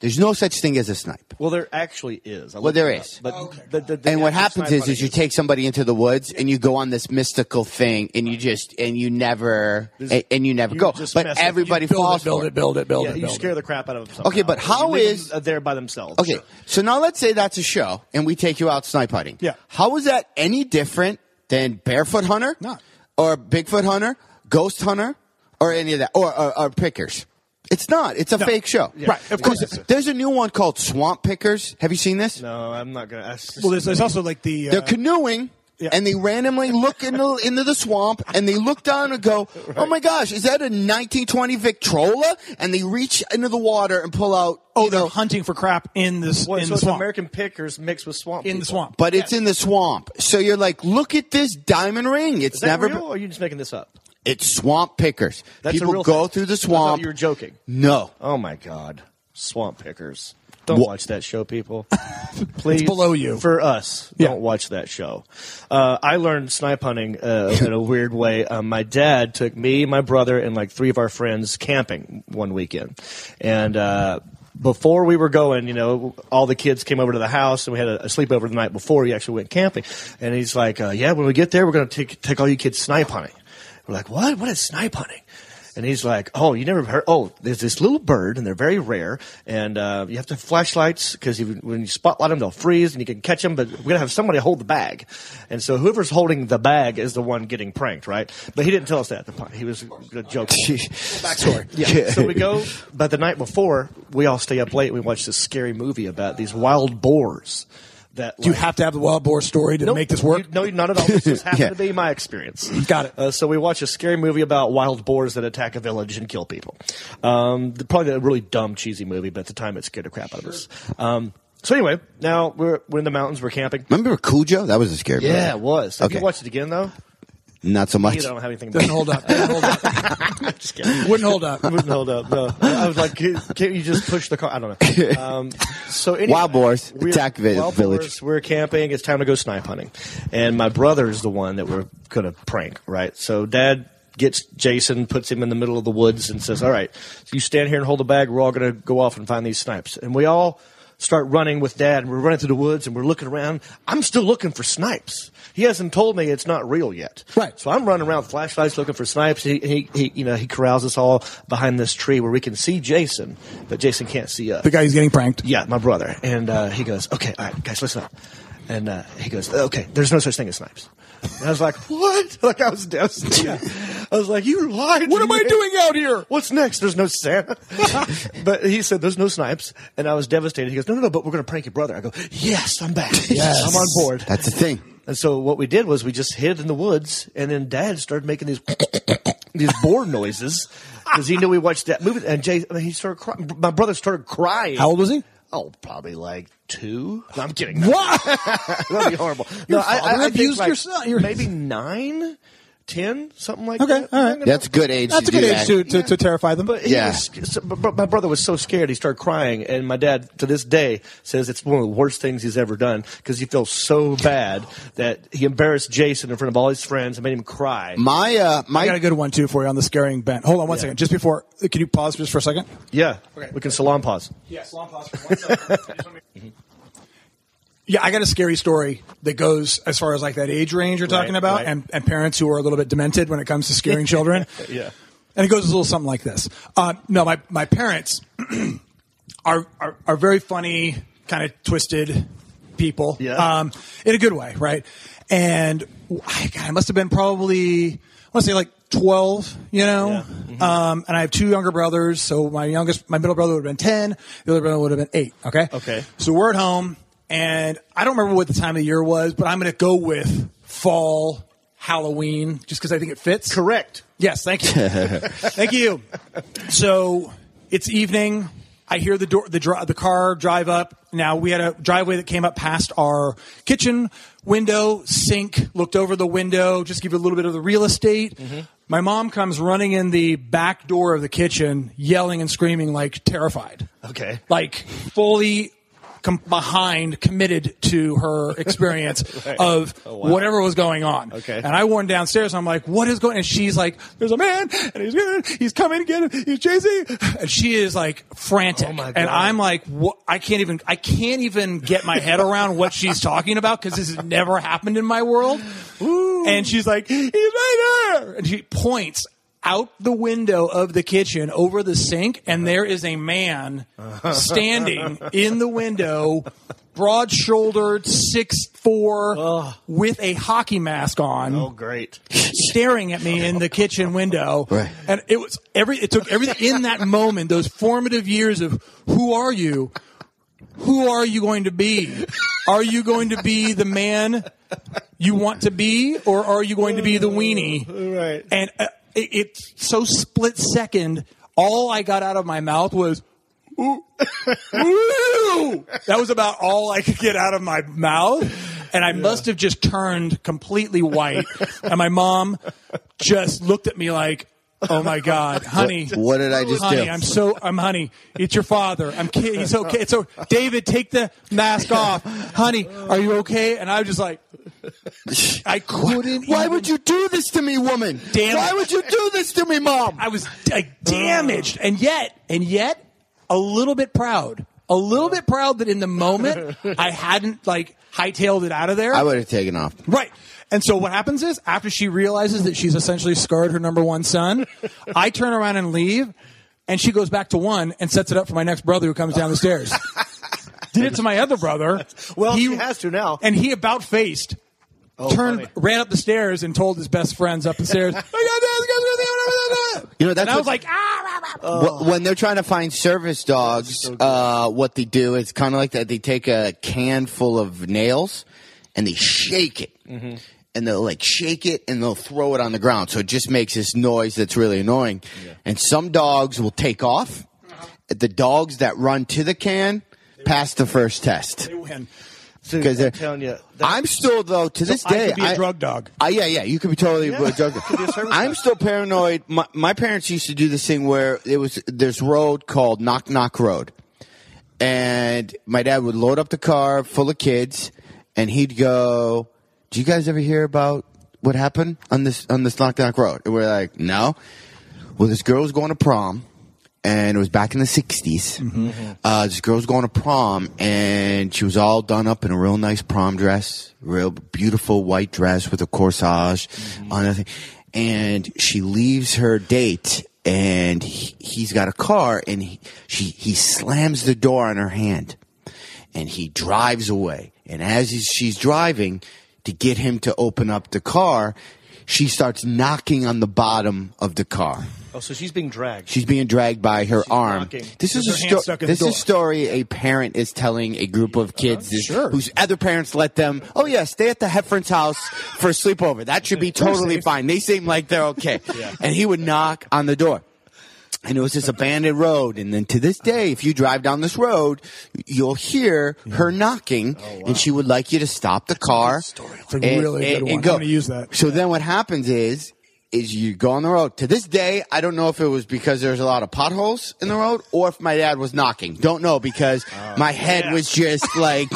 F: there's no such thing as a snipe.
E: Well, there actually is. I
F: Well, there
E: looked it up,
F: is.
E: But the, the, the
F: and what
E: actual
F: happens
E: snipe
F: is, is you
E: hunting
F: take somebody into the woods and you go on this mystical thing, and you just and you never and, and you never
E: you
F: go.
E: just
F: But
E: mess with-
F: everybody
H: Build it,
F: falls
H: build
F: for
H: it, build it, build
E: Yeah,
H: it,
E: you
H: build it.
E: scare the crap out of them. somehow.
F: Okay, but
E: You
F: how
E: leave
F: is-
E: them there by themselves?
F: Okay, so now let's say that's a show, and we take you out snipe hunting.
H: Yeah.
F: How is that any different than barefoot hunter?
H: Not.
F: Or bigfoot hunter, ghost hunter, or any of that, or, or, or pickers? It's not. It's a
H: No.
F: fake show.
H: Yeah. Right, of course.
F: There's- There's a new one called Swamp Pickers. Have you seen this?
E: No, I'm not gonna. That's just,
H: Well, there's, there's also like the.
F: They're
H: Uh,
F: canoeing.
H: Yeah.
F: And they randomly look into, into the swamp and they look down and go, Oh my gosh, is that a 1920 Victrola? And they reach into the water and pull out.
H: oh,
F: you
H: they're
F: know,
H: hunting for crap in this
E: Well,
H: in
E: so
H: the
E: it's
H: swamp.
E: American pickers mixed with swamp.
H: in the
E: people.
H: swamp.
F: but it's in the swamp. So you're like, look at this diamond ring. It's
E: Is that
F: never.
E: real, or are you just making this up?
F: It's swamp pickers.
E: That's a
F: People
E: real
F: go
E: thing.
F: through the
E: I thought
F: swamp.
E: you were joking.
F: No.
E: Oh my God, swamp pickers! Don't
F: Wha-
E: watch that show, people. Please,
H: below you.
E: for us.
H: Yeah.
E: Don't watch that show. Uh, I learned snipe hunting uh, in a weird way. Um, my dad took me, my brother, and like three of our friends camping one weekend, and. Uh, before we were going, you know, all the kids came over to the house and we had a, a sleepover the night before we actually went camping. And he's like, uh, yeah, when we get there, we're going to take, take all you kids snipe hunting. We're like, what? What is snipe hunting? And he's like, "Oh, you never heard? Oh, there's this little bird, and they're very rare, and uh, you have to have flashlights because when you spotlight them, they'll freeze, and you can catch them. But we're gonna have somebody hold the bag, and so whoever's holding the bag is the one getting pranked, right? But he didn't tell us that at the time. He was a joke.
F: Backstory.
E: Yeah. So we go, but the night before, we all stay up late. and We watch this scary movie about these wild boars. That
H: Do you
E: like-
H: have to have the wild boar story to
E: Nope.
H: make this work?
E: You- no, not at all. This just happened
F: Yeah.
E: to be my experience.
H: Got it.
E: Uh, so we watch a scary movie about wild boars that attack a village and kill people. Um, the- probably a really dumb, cheesy movie, but at the time it scared the crap out of us. Um, so anyway, now we're we're in the mountains. We're camping.
F: Remember Cujo? That was a scary movie.
E: Yeah, it was. Have you
F: Okay.
E: watched it again though?
F: Not so much.
E: Either I don't have anything.
H: Doesn't hold up. Doesn't hold up.
E: Just kidding.
H: Wouldn't hold up.
E: Wouldn't hold up. No, I was like, can't can't you just push the car? I don't know. Um, so anyway,
F: Wild boars
E: we're-
F: attack vi-
E: wild
F: village.
E: boars, we're camping. It's time to go snipe hunting, and my brother is the one that we're going to prank, right? So dad gets Jason, puts him in the middle of the woods, and says, "All right, you stand here and hold the bag. We're all going to go off and find these snipes." And we all start running with dad, and we're running through the woods, and we're looking around. I'm still looking for snipes. He hasn't told me it's not real yet.
H: Right.
E: So I'm running around with flashlights looking for snipes. He, he, he, you know, he corrals us all behind this tree where we can see Jason, but Jason can't see us.
H: The guy who's getting pranked.
E: Yeah, my brother. And uh, he goes, okay, all right, guys, listen up. And uh, he goes, okay, there's no such thing as snipes. And I was like, what? Like I was devastated. I was like, you lied.
H: What am I
E: man.
H: doing out here?
E: What's next? There's no Santa. but he said, there's no snipes. And I was devastated. He goes, no, no, no, but we're going to prank your brother. I go, yes, I'm back.
H: Yes.
E: I'm on board.
F: That's the thing.
E: And so what we did was we just hid in the woods, and then Dad started making these these boar noises because he knew we watched that movie. And Jay, I mean, he started crying. My brother started crying.
H: How old was he?
E: Oh, probably like two. No, I'm kidding.
H: What?
E: That'd be horrible.
H: Your
E: no, I-
H: father
E: I, I think,
H: abused
E: like,
H: your son- your-
E: Maybe nine, ten, something like
H: Okay,
E: that.
H: all right.
F: That's a good age.
H: That's
F: to
H: a good
F: do
H: age
F: that.
H: to, to, to terrify them.
E: But he
F: Yeah.
E: was- so- but- but my brother was so scared he started crying, and my dad to this day says it's one of the worst things he's ever done because he feels so bad that he embarrassed Jason in front of all his friends and made him cry.
F: My uh,
H: I got a
F: my
H: good one too for you on the scaring bent. Hold on one
E: Yeah.
H: second, Just before, can you pause just for a second?
E: Yeah,
H: Okay.
E: we can salon pause.
H: Yes, long pause for one second.
E: Mm-hmm.
H: Yeah, I got a scary story that goes as far as like that age range you're talking
E: Right,
H: about,
E: right.
H: and, and parents who are a little bit demented when it comes to scaring children.
E: Yeah.
H: And it goes a little something like this. Uh, no, my, my parents are, are, are very funny, kind of twisted people.
E: Yeah.
H: Um, in a good way, right? And I, God, I must have been probably, I want to say like 12, you know?
E: Yeah. Mhm.
H: Um, and I have two younger brothers. So my youngest, my middle brother would have been 10. The other brother would have been eight. Okay.
E: Okay.
H: So we're at home and I don't remember what the time of the year was, but I'm going to go with fall, Halloween, just because I think it fits.
E: Correct.
H: Yes, thank you. thank you. So it's evening. I hear the door, the, dri- the car drive up. Now we had a driveway that came up past our kitchen window, sink. Looked over the window, just give you a little bit of the real estate.
E: Mm-hmm.
H: My mom comes running in the back door of the kitchen, yelling and screaming like terrified,
E: Okay.
H: like fully com- behind, committed to her experience
E: Right.
H: of
E: Oh, wow.
H: whatever was going on.
E: Okay.
H: And I warned downstairs. I'm like, what is going? And she's like, there's a man, and he's he's coming again. He's chasing. And she is like frantic.
E: Oh, my God.
H: And I'm like, what? I can't even. I can't even get my head around what she's talking about because this has never happened in my world. And she's like, he's right there. And she points. Out the window of the kitchen over the sink, and there is a man standing in the window, broad shouldered, six four, with a hockey mask on
E: Oh, great.
H: staring at me in the kitchen window.
F: Right.
H: And it was every it took everything in that moment, those formative years of who are you? Who are you going to be? Are you going to be the man you want to be or are you going to be the weenie?
E: Right.
H: And uh, it, it's so split second all I got out of my mouth was "Ooh, ooh." that was about all I could get out of my mouth. And I must have just turned completely white. and my mom just looked at me like, Oh my God, honey.
F: what did I just
H: honey,
F: do?
H: I'm so, I'm honey. It's your father. I'm kidding. He's okay. It's so, David, take the mask off. Honey, are you okay? And I was just like, I couldn't.
F: Why
H: even-
F: would you do this to me, woman?
H: Damn
F: Why
H: it.
F: would you do this to me, mom?
H: I was like damaged, and yet, and yet, a little bit proud, a little bit proud that in the moment I hadn't like hightailed it out of there.
F: I would have taken off.
H: right. And so what happens is after she realizes that she's essentially scarred her number one son, I turn around and leave, and she goes back to one and sets it up for my next brother who comes down the stairs. Did it to my other brother.
E: Well, she has to now.
H: And he about faced,
F: Oh,
H: turned,
E: funny.
H: ran up the stairs, and told his best friends up the stairs.
F: You know, that's
H: and I was
F: what-
H: like, ah, rah, rah, rah."
F: Wh- when they're trying to find service dogs, uh, what they do is kind of like that. They take a can full of nails and they shake it. And they'll like shake it and they'll throw it on the ground. So it just makes this noise that's really annoying. And some dogs will take off. The dogs that run to the can pass the first test.
H: they win.
E: Dude,
F: 'Cause
E: I'm
F: they're-
E: telling you, that-
F: I'm still though to this
H: I
F: day.
H: could be a drug dog.
F: I- yeah, yeah. You could be totally a drug dog.
E: be a service
F: I'm
E: dog.
F: still paranoid. My, my parents used to do this thing where it was this road called Knock Knock Road, and my dad would load up the car full of kids, and he'd go, "Do you guys ever hear about what happened on this on this Knock Knock Road?" And we're like, "No." Well, this girl was going to prom, and it was back in the 60s. Uh, this girl was going to prom, and she was all done up in a real nice prom dress, real beautiful white dress with a corsage on everything. And she leaves her date, and he, he's got a car, and he, she, he slams the door on her hand, and he drives away. And as he's, she's driving to get him to open up the car, she starts knocking on the bottom of the car.
E: oh, so she's being dragged.
F: She's being dragged by her arm.
E: knocking.
F: This is a
H: With her hand
F: story.
H: stuck in the
F: This is a
H: door.
F: story a parent is telling a group of kids this-
H: sure.
F: whose other parents let them. Oh yeah, stay at the Heffern's house for a sleepover. That should be totally fine. They seem like they're okay. And he would knock on the door. And it was this abandoned road. And then to this day, if you drive down this road, you'll hear her knocking, and she would like you to stop the car.
H: It's Oh, a really good one. I'm gonna use that.
F: So then what happens is is you go on the road. To this day, I don't know if it was because there's a lot of potholes in the road or if my dad was knocking. Don't know because my head was just like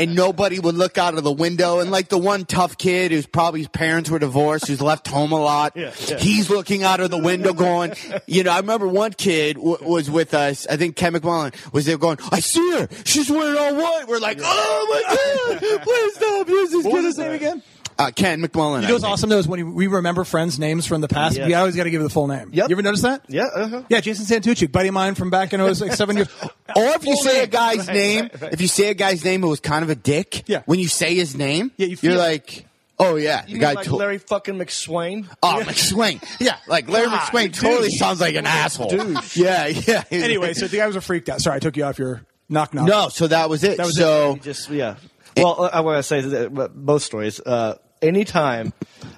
F: and nobody would look out of the window and like the one tough kid who's probably his parents were divorced, who's left home a lot. He's looking out of the window going, you know, I remember one kid w- was with us. I think Ken McMullen was there going, I see her. She's wearing all white. We're like, oh my God, please stop. This is
H: What was his name again?
F: uh, Ken McMullen.
H: You know
F: I
H: what's
F: think.
H: awesome though is when you- we remember friends' names from the past,
E: Yes.
H: we always got to give the full name.
E: Yep.
H: You ever notice that?
E: yeah, uh-huh.
H: Yeah, Jason Santucci, buddy of mine from back in it was like seven years.
F: Or if you
H: Full
F: say a
H: name.
F: guy's
E: Right,
F: name,
E: right, right.
F: if you say a guy's name who was kind of a dick,
H: Yeah.
F: when you say his name,
H: Yeah, you
F: are
H: feel-
F: like, oh yeah,
E: You
F: the
E: mean
F: guy
E: like
F: to-
E: Larry fucking McSwain?
F: Oh, McSwain. Yeah, like Larry
E: God,
F: McSwain
E: dude.
F: totally sounds like an asshole. Yeah, yeah.
H: Anyway, so the guy was a freaked out. Sorry, I took you off your knock knock.
F: no, so that was it.
H: That was it.
F: so
E: You just yeah. Well, I want to say that uh, but both stories. Uh, anytime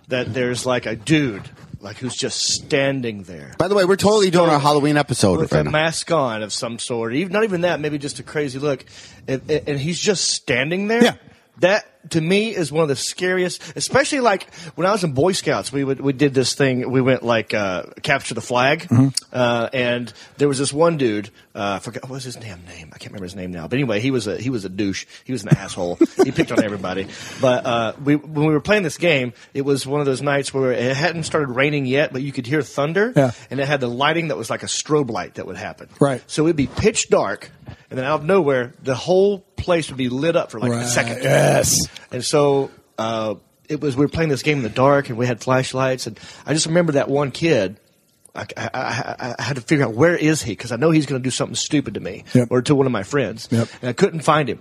E: that there's like a dude like who's just standing there
F: by the way, we're totally doing our Halloween episode
E: with
F: right
E: a
F: now.
E: mask on of some sort, even not even that, maybe just a crazy look, and, and, and he's just standing there.
H: Yeah.
E: That to me is one of the scariest, especially like when I was in Boy Scouts. We would we did this thing. We went like uh, capture the flag,
H: Mm-hmm.
E: uh, and there was this one dude. Uh, I forgot what was his damn name. I can't remember his name now. But anyway, he was a he was a douche. He was an asshole. he picked on everybody. But uh, we when we were playing this game, it was one of those nights where it hadn't started raining yet, but you could hear thunder
H: Yeah.
E: and it had the lighting that was like a strobe light that would happen.
H: Right.
E: So it'd be pitch dark, and then out of nowhere, the whole place would be lit up for like
H: Right,
E: a second.
H: yes.
E: And so uh, it was we were playing this game in the dark, and we had flashlights, and I just remember that one kid. I, I- I- I had to figure out where is he because I know he's going to do something stupid to me
H: Yep.
E: or to one of my friends,
H: Yep.
E: and I couldn't find him.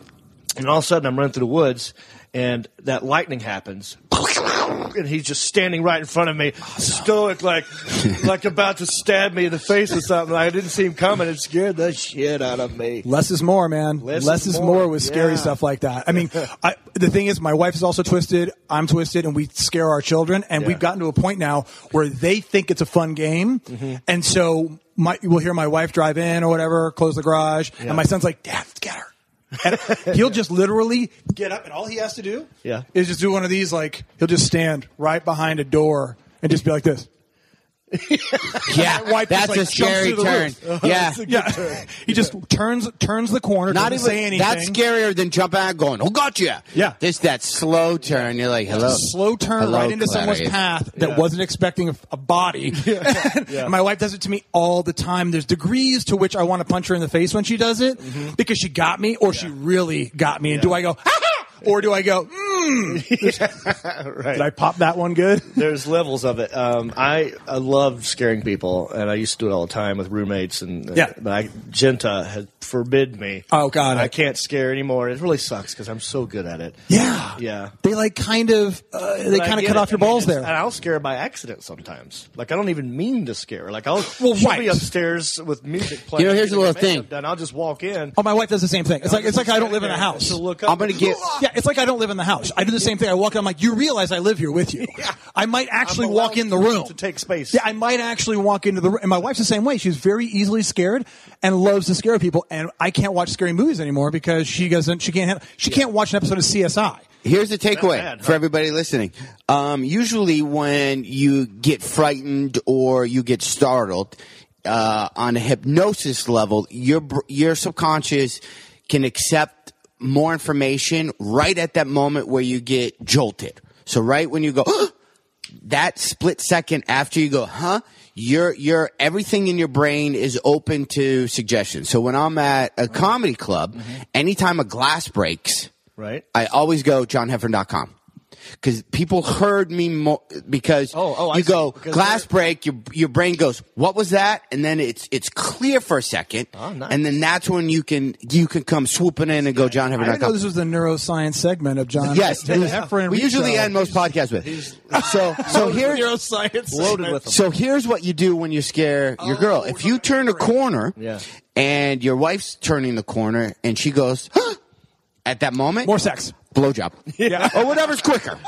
E: And all of a sudden, I'm running through the woods, and that lightning happens, and he's just standing right in front of me, stoic, like like about to stab me in the face or something. I didn't see him coming. It scared the shit out of me.
H: Less is more, man.
E: Less
H: Less,
E: is
H: is,
E: more.
H: more. with scary
E: Yeah.
H: stuff like that. I mean, I, the thing is, my wife is also twisted. I'm twisted, and we scare our children. And
E: Yeah.
H: we've gotten to a point now where they think it's a fun game,
E: Mm-hmm.
H: and so my, we'll hear my wife drive in or whatever, close the garage, and my son's like, "Dad, let's get her." And he'll just literally get up, and all he has to do
E: Yeah.
H: is just do one of these. Like he'll just stand right behind a door and just be like this.
F: yeah,
H: wife just,
F: that's
H: like,
F: a
H: jumps
F: scary
H: through the
F: turn.
H: roof.
F: Yeah.
H: Yeah, he just turns turns the corner,
F: Not
H: doesn't
F: even
H: say anything.
F: that's scarier than jumping out going, "Who got you?"
H: Yeah.
F: this that slow turn. You're like, "Hello."
H: slow turn
F: Hello,
H: right into someone's
F: Clarice.
H: path that wasn't expecting a, a body. And My wife does it to me all the time. There's degrees to which I want to punch her in the face when she does it because she got me or she really got me. And do I go, "Ah-ha!" or do I go, mm,
E: right.
H: Did I pop that one good?
E: There's levels of it. Um, I, I love scaring people, and I used to do it all the time with roommates. And uh,
H: Yeah.
E: but I, Genta had forbid me.
H: Oh, God.
E: I can't scare anymore. It really sucks because I'm so good at it.
H: Yeah.
E: Yeah.
H: They like kind of uh, they
E: But I
H: kind of
E: get
H: cut
E: it.
H: off your
E: I mean,
H: balls
E: it's-
H: there.
E: And I'll scare by accident sometimes. Like I don't even mean to scare. Like I'll
H: Well,
E: she'll
H: right.
E: be upstairs with music playing.
F: You know, here's the
E: getting her
F: little thing.
E: makeup done, I'll just walk in.
H: Oh, my wife does the same thing. It's like it's like I don't live in a
E: And
H: house.
E: She'll look up.
F: I'm gonna get.
H: Yeah, it's like I don't live in the house. I do the same thing. I walk in. I'm like, you realize I live here with you. I might actually
E: I'm
H: walk
E: allowed
H: in the room
E: to take space.
H: Yeah, I might actually walk into the room. And my wife's the same way. She's very easily scared and loves to scare people. And I can't watch scary movies anymore because she doesn't. She can't. Handle, she can't watch an episode of CSI.
F: Here's the takeaway
E: bad, huh?
F: for everybody listening. Um, usually, when you get frightened or you get startled uh, on a hypnosis level, your br- your subconscious can accept more information right at that moment where you get jolted. So right when you go, that split second after you go, huh? Your your everything in your brain is open to suggestions. So when I'm at a comedy club,
E: Mm-hmm.
F: anytime a glass breaks,
E: Right.
F: I always go johnheffern.com because people heard me more because
E: Oh, oh, I
F: you
E: see.
F: go
E: Because
F: glass
E: they're-
F: break your your brain goes what was that and then it's it's clear for a second
E: Oh, nice.
F: and then that's when you can you can come swooping in and go
H: I didn't know
F: johnheffern.com
H: this was the neuroscience segment of John.
F: yes
H: John
F: it was-
H: Heffron
F: we
H: Reed
F: usually
H: Show.
F: end most podcasts with so so here
H: neuroscience
E: loaded with them. Oh,
F: so here's what you do when you scare your girl. If you turn a corner
E: Yeah.
F: and your wife's turning the corner and she goes, huh, at that moment,
H: More sex.
F: blowjob. Yeah. or whatever's quicker.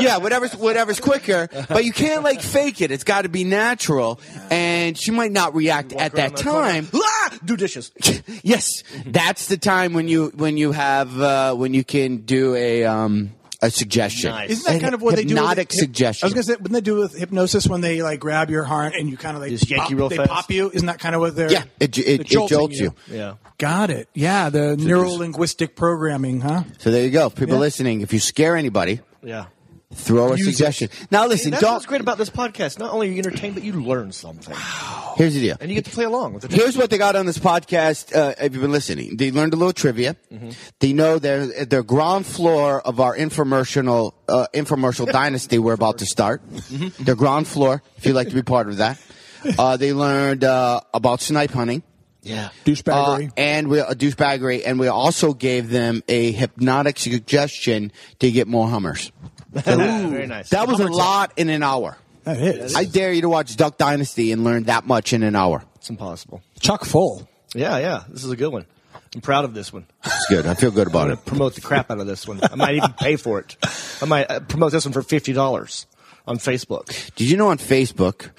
F: Yeah, whatever's, whatever's quicker. But you can't like fake it. It's got to be natural. And she might not react at that
E: around the corner.
F: time.
E: Ah! do dishes.
F: yes, that's the time when you, when you have, uh, when you can do a, um, a suggestion.
E: Nice.
H: Isn't that kind of what they do? with-
F: Hypnotic suggestion.
H: I was gonna say, wouldn't they do with hypnosis when they like grab your heart and you kind of like
E: Just yank
H: pop,
E: you real
H: they
E: fast?
H: pop you? Isn't that kind of what they're?
F: Yeah, it,
H: they're
F: it, it
H: jolting
F: jolts you.
E: Yeah.
H: Got it. Yeah, the neuro linguistic programming, huh?
F: So there you go. People
H: Yeah.
F: listening, if you scare anybody,
E: Yeah.
F: throw a
H: Use it.
F: suggestion. Now listen,
E: And that's
F: don't.
E: what's great about this podcast. Not only are you entertained, but you learn something,
F: Here's the deal.
E: and you get to play along with it.
F: Here's what they got on this podcast. Uh, if you've been listening, they learned a little trivia.
E: Mm-hmm.
F: They know their their ground floor of our infomercial uh, infomercial dynasty we're about to start.
E: Mm-hmm.
F: Their ground floor. If you'd like to be part of that, uh, they learned uh, about snipe hunting.
E: Yeah.
F: Uh,
H: Douchebaggery.
F: and we a douchebaggery, and we also gave them a hypnotic suggestion to get more Hummers.
E: Very nice.
F: That was a lot in an hour.
H: that is.
F: I dare you to watch Duck Dynasty and learn that much in an hour.
E: It's impossible.
H: chock full.
E: Yeah, yeah. This is a good one. I'm proud of this one.
F: It's good. I feel good about
E: I'm
F: it.
E: going to promote the crap out of this one. I might even pay for it. I might uh, promote this one for fifty dollars on Facebook.
F: Did you know on Facebook,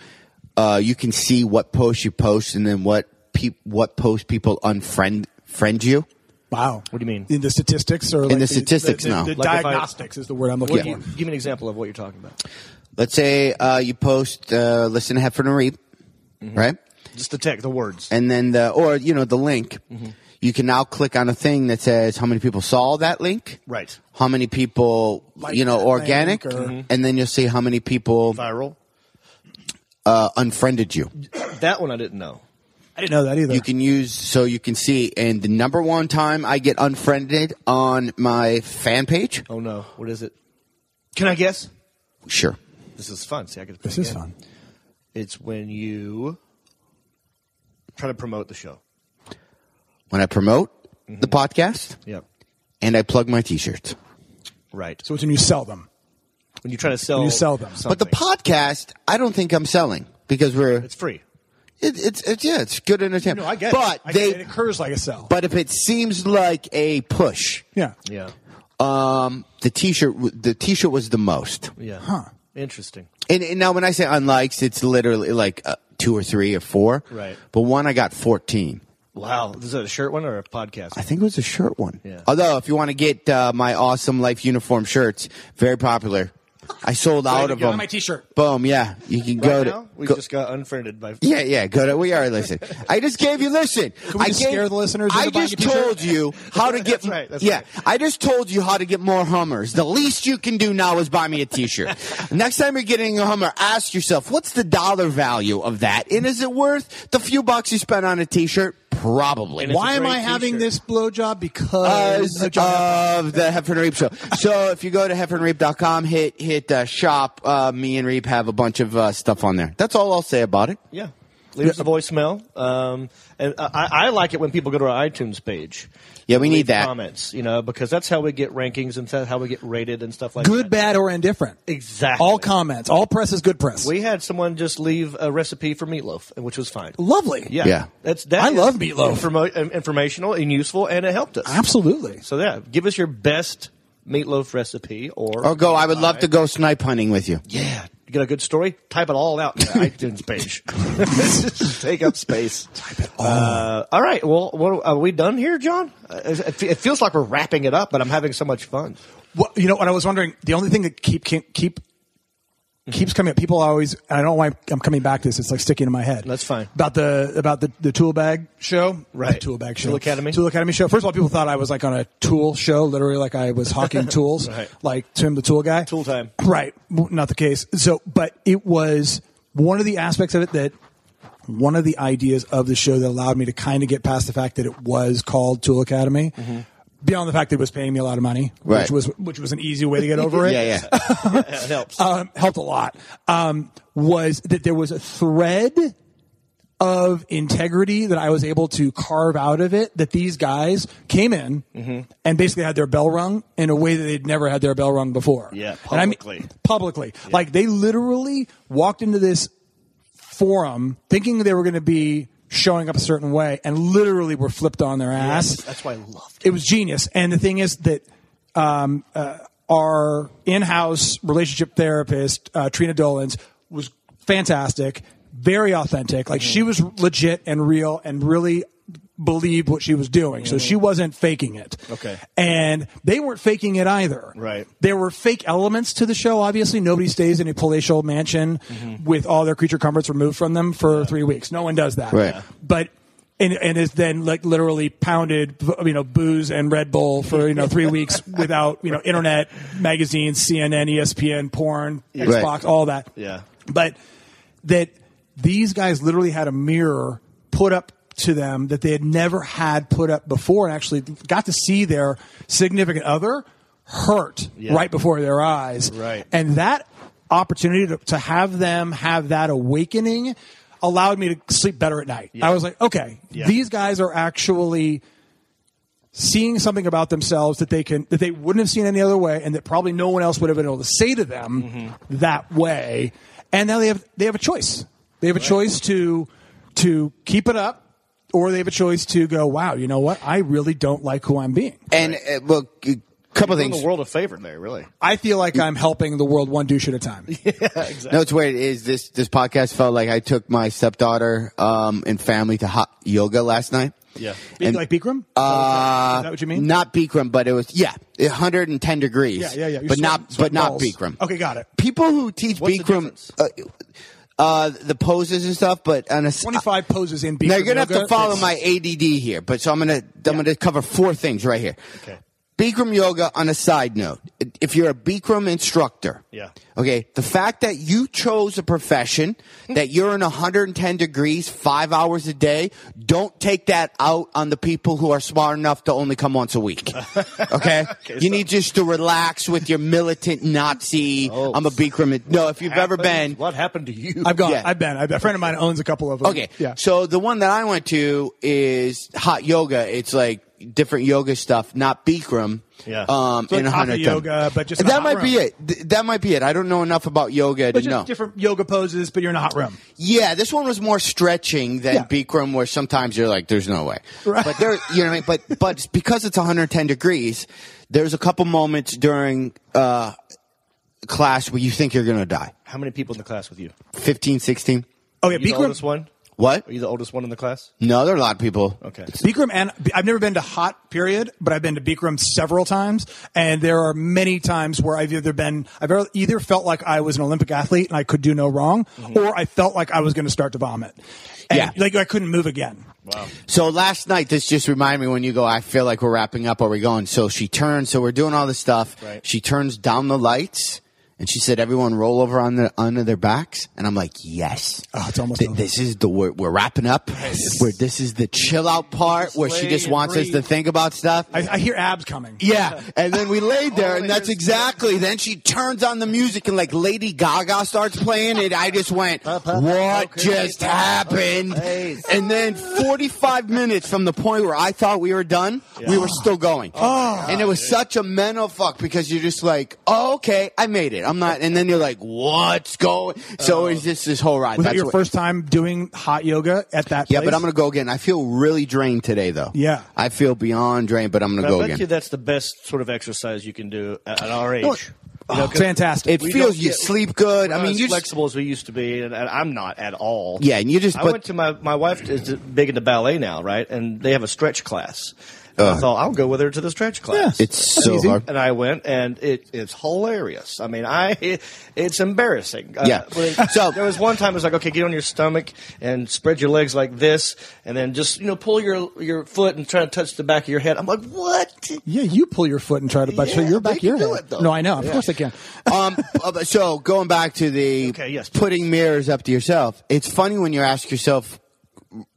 F: uh, you can see what posts you post and then what peop what post people unfriend friend you?
H: Wow.
E: What do you mean?
H: In the statistics or like
F: the statistics,
H: the,
F: no.
H: The,
E: Like if I-
H: diagnostics is the word I'm looking
E: What do you,
H: for.
E: give me an example of what you're talking about.
F: Let's say uh, you post uh, listen to Heffern and Reap, right?
E: Just the tech, the words.
F: And then the or you know the link. You can now click on a thing that says how many people saw that link,
E: Right.
F: How many people
H: Like
F: you know
H: that
F: organic,
H: link or- Mhm.
F: and then you'll see how many people
E: Viral.
F: uh, unfriended you.
E: That one I didn't know.
H: I didn't know that either.
F: You can use so you can see. And the number one time I get unfriended on my fan page,
E: Oh no. What is it? Can I guess?
F: sure.
E: This is fun. See, I could.
H: this is fun.
E: It's when you try to promote the show.
F: When I promote
H: Mm-hmm.
F: the podcast
E: Yep.
F: and I plug my T-shirts,
E: Right.
H: So it's when you sell them.
E: when you try to sell,
H: you sell them.
F: but the
E: something.
F: podcast I don't think I'm selling because we're
E: it's free.
F: it, it's it's yeah it's good entertainment.
H: No, I get
F: but
H: it. I get
F: they
H: it. It occurs like a sell.
F: but if it seems like a push,
H: yeah.
E: Yeah.
F: um, the T-shirt w- the T-shirt was the most.
E: Yeah.
H: Huh.
E: Interesting.
F: And, and now when I say unlikes, it's literally like uh, two or three or four.
E: Right.
F: But one I got fourteen.
E: Wow. Is that a shirt one or a podcast?
F: I think it was a shirt one.
E: Yeah.
F: Although, if you want to get uh, my awesome life uniform shirts, very popular. I sold out
E: to
F: of
E: go.
F: them.
E: Buy my
H: t-shirt.
F: Boom! Yeah, you can go
E: right
F: to.
E: now, we
F: go-
E: just got unfriended by.
F: yeah, yeah, go to. We are listen. I just gave you listen.
H: we
F: I
H: just
F: gave,
H: scare the listeners
F: I
H: into buying
F: just
H: a t-shirt?
F: told you how to get.
E: That's right, that's
F: yeah,
E: right.
F: I just told you how to get more Hummers. The least you can do now is buy me a T-shirt. Next time you're getting a Hummer, ask yourself what's the dollar value of that, and is it worth the few bucks you spent on a T-shirt? Probably.
E: And it's
H: Why
E: a
H: am
E: great
H: I having
E: t-shirt.
H: this blowjob? Because
F: because uh,
H: a John Heffernan-
F: of the Heffern Reap show. So if you go to heffernreap.com, hit hit uh, shop. Uh, me and Reap have a bunch of uh, stuff on there. That's all I'll say about it.
E: Yeah. Leave us a voicemail. Um, and I, I like it when people go to our iTunes page.
F: Yeah, we
E: Leave
F: need that.
E: Comments, you know, because that's how we get rankings and that's how we get rated and stuff like that.
H: good, bad, or indifferent.
E: Exactly.
H: All comments. All press is good press.
E: We had someone just leave a recipe for meatloaf, and which was fine.
H: Lovely.
E: Yeah.
F: Yeah.
E: That's, that
H: I
E: is
H: love meatloaf.
E: informo- um, informational and useful, and it helped us.
H: Absolutely.
E: So, yeah, give us your best meatloaf recipe or.
F: Or Oh, go. I would love to go snipe hunting with you.
E: Yeah. You got a good story? Type it all out in the iTunes page. Just Take up space. Type it all. Uh, all right. Well, what, are we done here, John? Uh, It, fe- it feels like we're wrapping it up, but I'm having so much fun.
H: Well, you know what I was wondering? The only thing that keep keep, keep
E: Mm-hmm.
H: keeps coming up. People always. And I don't know why I'm coming back to this. It's like sticking in my head.
E: That's fine.
H: About the about the the tool bag show.
E: Right.
H: The tool bag show.
E: Tool Academy?
H: Tool Academy show. First of all, people thought I was like on a tool show. Literally, like I was hawking tools.
E: Right.
H: Like Tim the tool guy.
E: Tool time.
H: Right. W- Not the case. So, but it was one of the aspects of it that one of the ideas of the show that allowed me to kind of get past the fact that it was called Tool Academy.
E: Mm-hmm.
H: Beyond the fact that it was paying me a lot of money,
F: Right.
H: which was which was an easy way to get over it.
F: Yeah, yeah.
E: That helps.
H: um, helped a lot. Um, was that there was a thread of integrity that I was able to carve out of it. That these guys came in and basically had their bell rung in a way that they'd never had their bell rung before.
E: Yeah,
H: And I mean-
E: publicly.
H: publicly, like they literally walked into this forum thinking they were going to be showing up a certain way, and literally were flipped on their ass
E: That's why I love it.
H: it was genius. And the thing is that um, uh, our in-house relationship therapist uh, Trina Dolans was fantastic, very authentic. Like she was legit and real, and really believed what she was doing. So she wasn't faking it.
E: Okay.
H: And they weren't faking it either.
E: Right.
H: There were fake elements to the show. Obviously, nobody stays in a palatial mansion
E: Mm-hmm.
H: with all their creature comforts removed from them for three weeks. No one does that
F: Right. Yeah.
H: but and and is then like literally pounded you know booze and Red Bull for you know three weeks without you know internet magazines CNN ESPN porn Xbox
F: Right.
H: all that
E: Yeah.
H: but that these guys literally had a mirror put up to them that they had never had put up before and actually got to see their significant other hurt
E: Yeah.
H: right before their eyes
E: Right.
H: and that opportunity to, to have them have that awakening allowed me to sleep better at night i was like okay
E: Yeah.
H: these guys are actually seeing something about themselves that they can that they wouldn't have seen any other way and that probably no one else would have been able to say to them
E: Mm-hmm.
H: that way and now they have they have a choice they have a choice to to keep it up or they have a choice to go wow you know what i really don't like who i'm being
F: And uh, well, a couple
E: You're doing
F: things.
E: the world a favor there, really.
H: i feel like i'm helping the world one douche at a time
F: No, it's weird. Is this this podcast felt like I took my stepdaughter um, and family to hot yoga last night?
E: Yeah.
F: And-
H: like bikram
F: Uh,
H: is that what you mean
F: Not Bikram, but it was yeah, 110 degrees.
H: yeah yeah yeah You're
F: but
H: sweating-
F: not but
H: sweating
F: not
H: balls.
F: Bikram.
H: okay got it
F: People who teach
E: What's the
F: Bikram,
E: difference?
F: uh, uh, the poses and stuff, but on a,
H: 25 poses in Bikram
F: now you're gonna have
H: yoga.
F: to follow
H: It's-
F: my ADD here, but so I'm gonna I'm gonna cover four things right here.
E: Okay.
F: Bikram yoga. On a side note, if you're a Bikram instructor,
E: Yeah.
F: okay, the fact that you chose a profession that you're in 110 degrees five hours a day, don't take that out on the people who are smart enough to only come once a week. Okay, you need just to relax with your militant Nazi.
E: Oh.
F: I'm a Bikram. No, if you've ever been,
E: What happened to you?
H: I've gone.
F: Yeah.
H: I've been. I've, a friend of mine owns a couple of them.
F: Okay.
H: Yeah.
F: So the one that I went to is hot yoga. It's like different yoga stuff, not Bikram.
E: Yeah.
F: Um,
H: So
F: in
H: like hatha
F: 110.
H: yoga, but just in a
F: that
H: hot
F: might be
H: room.
F: it. Th- that might be it. I don't know enough about yoga
H: But
F: to
H: just
F: know.
H: different yoga poses, but you're in a hot room.
F: Yeah, this one was more stretching than
H: Yeah.
F: Bikram, where sometimes you're like, "There's no way,"
H: Right.
F: but there, you know, what I mean? but but it's because it's 110 degrees, there's a couple moments during uh, class where you think you're gonna die.
E: How many people in the class with you?
F: 15, 16.
H: Okay,
E: Are you the oldest
H: Bikram.
E: one?
F: What?
E: Are you the oldest one in the class?
F: No, there are a lot of people.
E: Okay.
H: Bikram and I've never been to hot period, but I've been to Bikram several times, and there are many times where I've either been I've er- either felt like I was an Olympic athlete and I could do no wrong,
E: Mm-hmm.
H: or I felt like I was going to start to vomit. And,
F: Yeah.
H: like I couldn't move again.
F: So last night, this just reminded me when you go, I feel like we're wrapping up. Are we going? So she turns. So we're doing all this stuff.
E: Right.
F: She turns down the lights And she said, everyone roll over on their, under their backs. And I'm like, yes.
H: Oh, it's almost
F: Th-
H: over.
F: This is the, we're, we're wrapping up. Where this is the chill out part where she
E: lay
F: just
E: and
F: wants us
E: breathe.
F: to think about stuff.
H: I, I hear abs coming.
F: Yeah, and then we
E: Oh,
F: laid there, and that's
E: there's-
F: exactly. Then she turns on the music, and like Lady Gaga starts playing it. I just went, "What just happened?" And then 45 minutes from the point where I thought we were done, we were still going. Oh, and it was such a mental fuck because you're just like, "Oh, okay, I made it. I'm not." And then you're like, "What's going?"
E: Oh.
F: So it's just this whole ride.
H: Was that
F: That's
H: your
F: what-
H: first time doing hot yoga at that
F: Yeah,
H: place?
F: but I'm gonna go again. I feel really drained today, though.
H: Yeah.
F: I feel beyond drained, but I'm gonna
E: I
F: go
E: bet
F: again.
E: you that's the best sort of exercise you can do at, at our age.
H: Oh, fantastic.
F: It feels
E: don't
F: you
E: get-
F: sleep good. I mean,
E: as
F: you just-
E: flexible as we used to be, and, and I'm not at all.
F: Yeah, and you just
E: I
F: put-
E: went to my my wife is big into ballet now, right? And they have a stretch class. And I
F: Uh.
E: thought I'll go with her to the stretch class.
F: It's so
H: easy.
F: hard.
E: and I went, and it, it's hilarious. I mean, I it's embarrassing. Uh,
F: Yeah.
E: but-
F: So-
E: there was one time it was like, okay, get on your stomach and spread your legs like this, and then just you know pull your your foot and try to touch the back of your head. I'm like, what?
H: yeah, you pull your foot and try to butt. so
E: Yeah,
H: you're
E: they
H: back
E: can
H: here.
E: do
H: now.
E: it, though.
H: no, I know. Of course I can.
F: um, uh, but so going back to the
E: Okay, yes, please.
F: putting mirrors up to yourself, it's funny when you ask yourself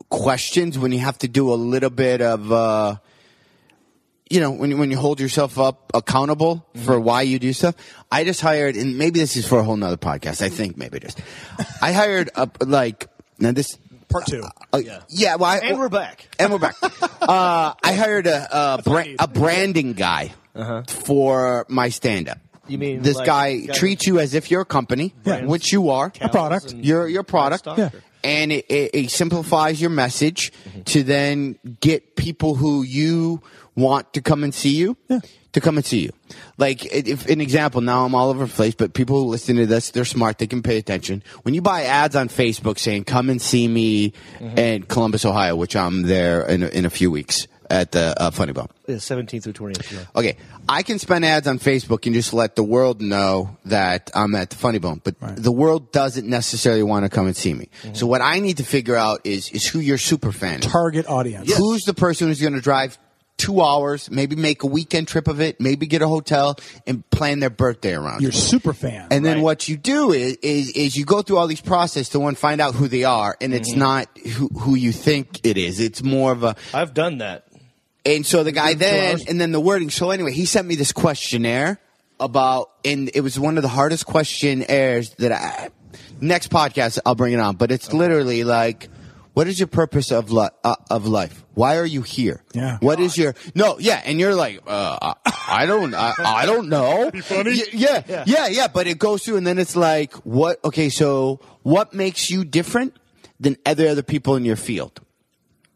F: questions when you have to do a little bit of, uh, you know, when you- when you hold yourself up accountable
E: Mm-hmm.
F: for why you do stuff. I just hired, and maybe this is for a whole nother podcast. I think maybe it is. I hired up like now this.
H: Part two.
F: Uh, yeah. well, I,
E: And we're back.
F: and we're back. uh, I hired a a, bra- a branding guy for my stand up.
E: Uh-huh. You mean
F: this
E: like-
F: guy,
E: guy-
F: treats you as if you're a company,
H: Yeah.
F: which you are.
H: A product.
E: and
F: Your your product.
E: livestock,
H: Yeah. Mm-hmm.
E: or-
F: And it, it, it simplifies your message to then get people who you want to come and see you to come and see you. Like i- if an example, now I'm all over the place, but people who listen to this, they're smart, they can pay attention. When you buy ads on Facebook saying "Come and see me"
H: Mm-hmm.
F: in Columbus, Ohio, which I'm there in a, in a few weeks at the uh, Funny Bone.
E: Yeah, 17th through 20th. yeah.
F: Okay, I can spend ads on Facebook and just let the world know that I'm at the Funny Bone, but the world doesn't necessarily want to come and see me. So what I need to figure out is is who your super fan is.
H: Target audience.
F: Who's the person who's going to drive two hours, maybe make a weekend trip of it, maybe get a hotel and plan their birthday around?
H: Your
F: it?
H: super fan.
F: And then what you do is, is is you go through all these process to one find out who they are, and it's not who who you think it is. It's more of a
E: I've done that.
F: and so the guy then,
H: hours.
F: and then the wording. So anyway, he sent me this questionnaire about, and it was one of the hardest questionnaires that I. Next podcast, I'll bring it on, but it's literally like, what is your purpose of li- uh, of life? Why are you here?
H: Yeah.
F: What is your no? Yeah, and you're like, uh, I, I don't, I, I don't know. Y- yeah, yeah, yeah, But it goes through, and then it's like, what? Okay, so what makes you different than other other people in your field?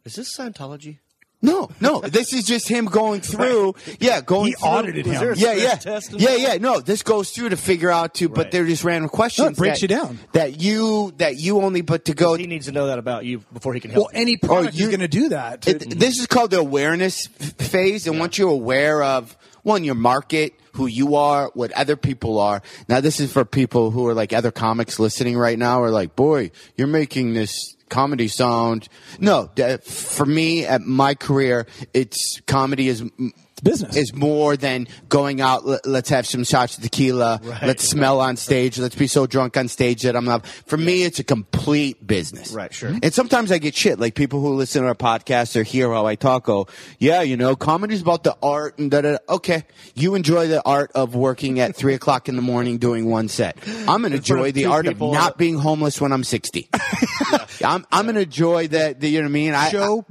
E: Is this Scientology?
F: No, no. This is just him going through. Yeah, going.
H: He
F: through.
H: audited him.
E: there a
F: Yeah,
E: stress
F: yeah,
E: test
F: yeah, yeah. No, this goes through to figure out too, but
E: Right.
F: they're just random questions.
H: breaks
F: that-
H: you down.
F: That you that you only put to go.
E: He needs to know that about you before he can help.
H: well, any product
F: Oh, you-
H: is going to do that. to-
F: It, this is called the awareness f- phase, and once you're aware of one your market, who you are, what other people are. Now, this is for people who are like other comics listening right now. Are like, boy, you're making this comedy sound. No, that- for me at my career, it's comedy is
H: business.
F: is more than going out. le- Let's have some shots of tequila. Let's smell on stage. Let's be so drunk on stage that I'm not. For me, it's a complete business.
E: Right, sure.
F: And sometimes I get shit. Like people who listen to our podcast or hear how I talk go, yeah, you know, comedy's about the art and da da. da." Okay, you enjoy the art of working at three o'clock in the morning doing one set. I'm gonna enjoy
E: of
F: the
E: two
F: art of
E: people.
F: not being homeless when I'm 60. I'm I'm gonna enjoy that. The, you know what I mean? I-
H: show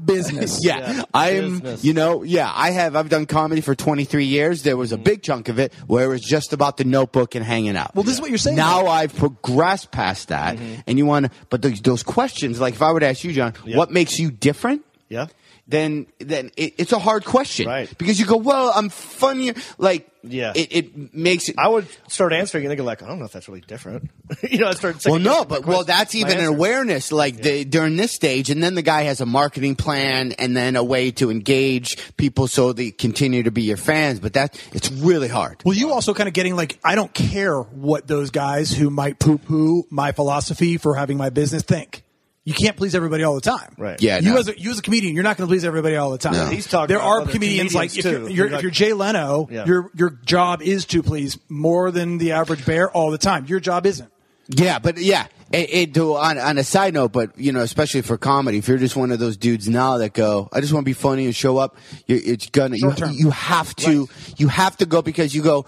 H: business.
F: yeah,
E: Yeah.
F: I'm.
E: Business.
F: You know, yeah, I have. I've done comedy for 23 years. There was a big chunk of it where it was just about the Notebook and hanging out.
H: Mm-hmm. Well, this is what you're saying. Mm-hmm.
F: Now I've progressed past that, and you want. to But those, those questions, like if I were to ask you, John, what makes you different?
E: Yeah.
F: Then, then it, it's a hard question,
E: Right.
F: Because you go, well, I'm funnier. Like,
E: Yeah.
F: it, it makes it.
E: I would start answering and thinking like, I don't know if that's really different. you know, I start.
F: Well,
E: second
F: no,
E: guessing my
F: but well,
E: question-
F: that's
E: my
F: even an
E: answer.
F: awareness. Like the, during this stage, and then the guy has a marketing plan, and then a way to engage people so they continue to be your fans. But that it's really hard.
H: Well, you also kind of getting like, I don't care what those guys who might poo poo my philosophy for having my business think. you can't please everybody all the time.
E: Right.
F: Yeah,
H: You
F: no.
H: as a, you as a comedian, you're not going to please everybody all the time.
F: No.
E: He's talking
H: There
E: about
H: are
E: other
H: comedians,
E: comedians,
H: like if
E: too.
H: you're, you're,
E: Like-
H: if you're Jay Leno,
E: Yeah.
H: your your job is to please more than the average bear all the time. Your job isn't.
F: Yeah, but yeah, it, it do on on a side note, but you know, especially for comedy, if you're just one of those dudes now that go, I just want to be funny and show up, you, it's gonna you,
H: Short term.
F: you have to you have to go because you go.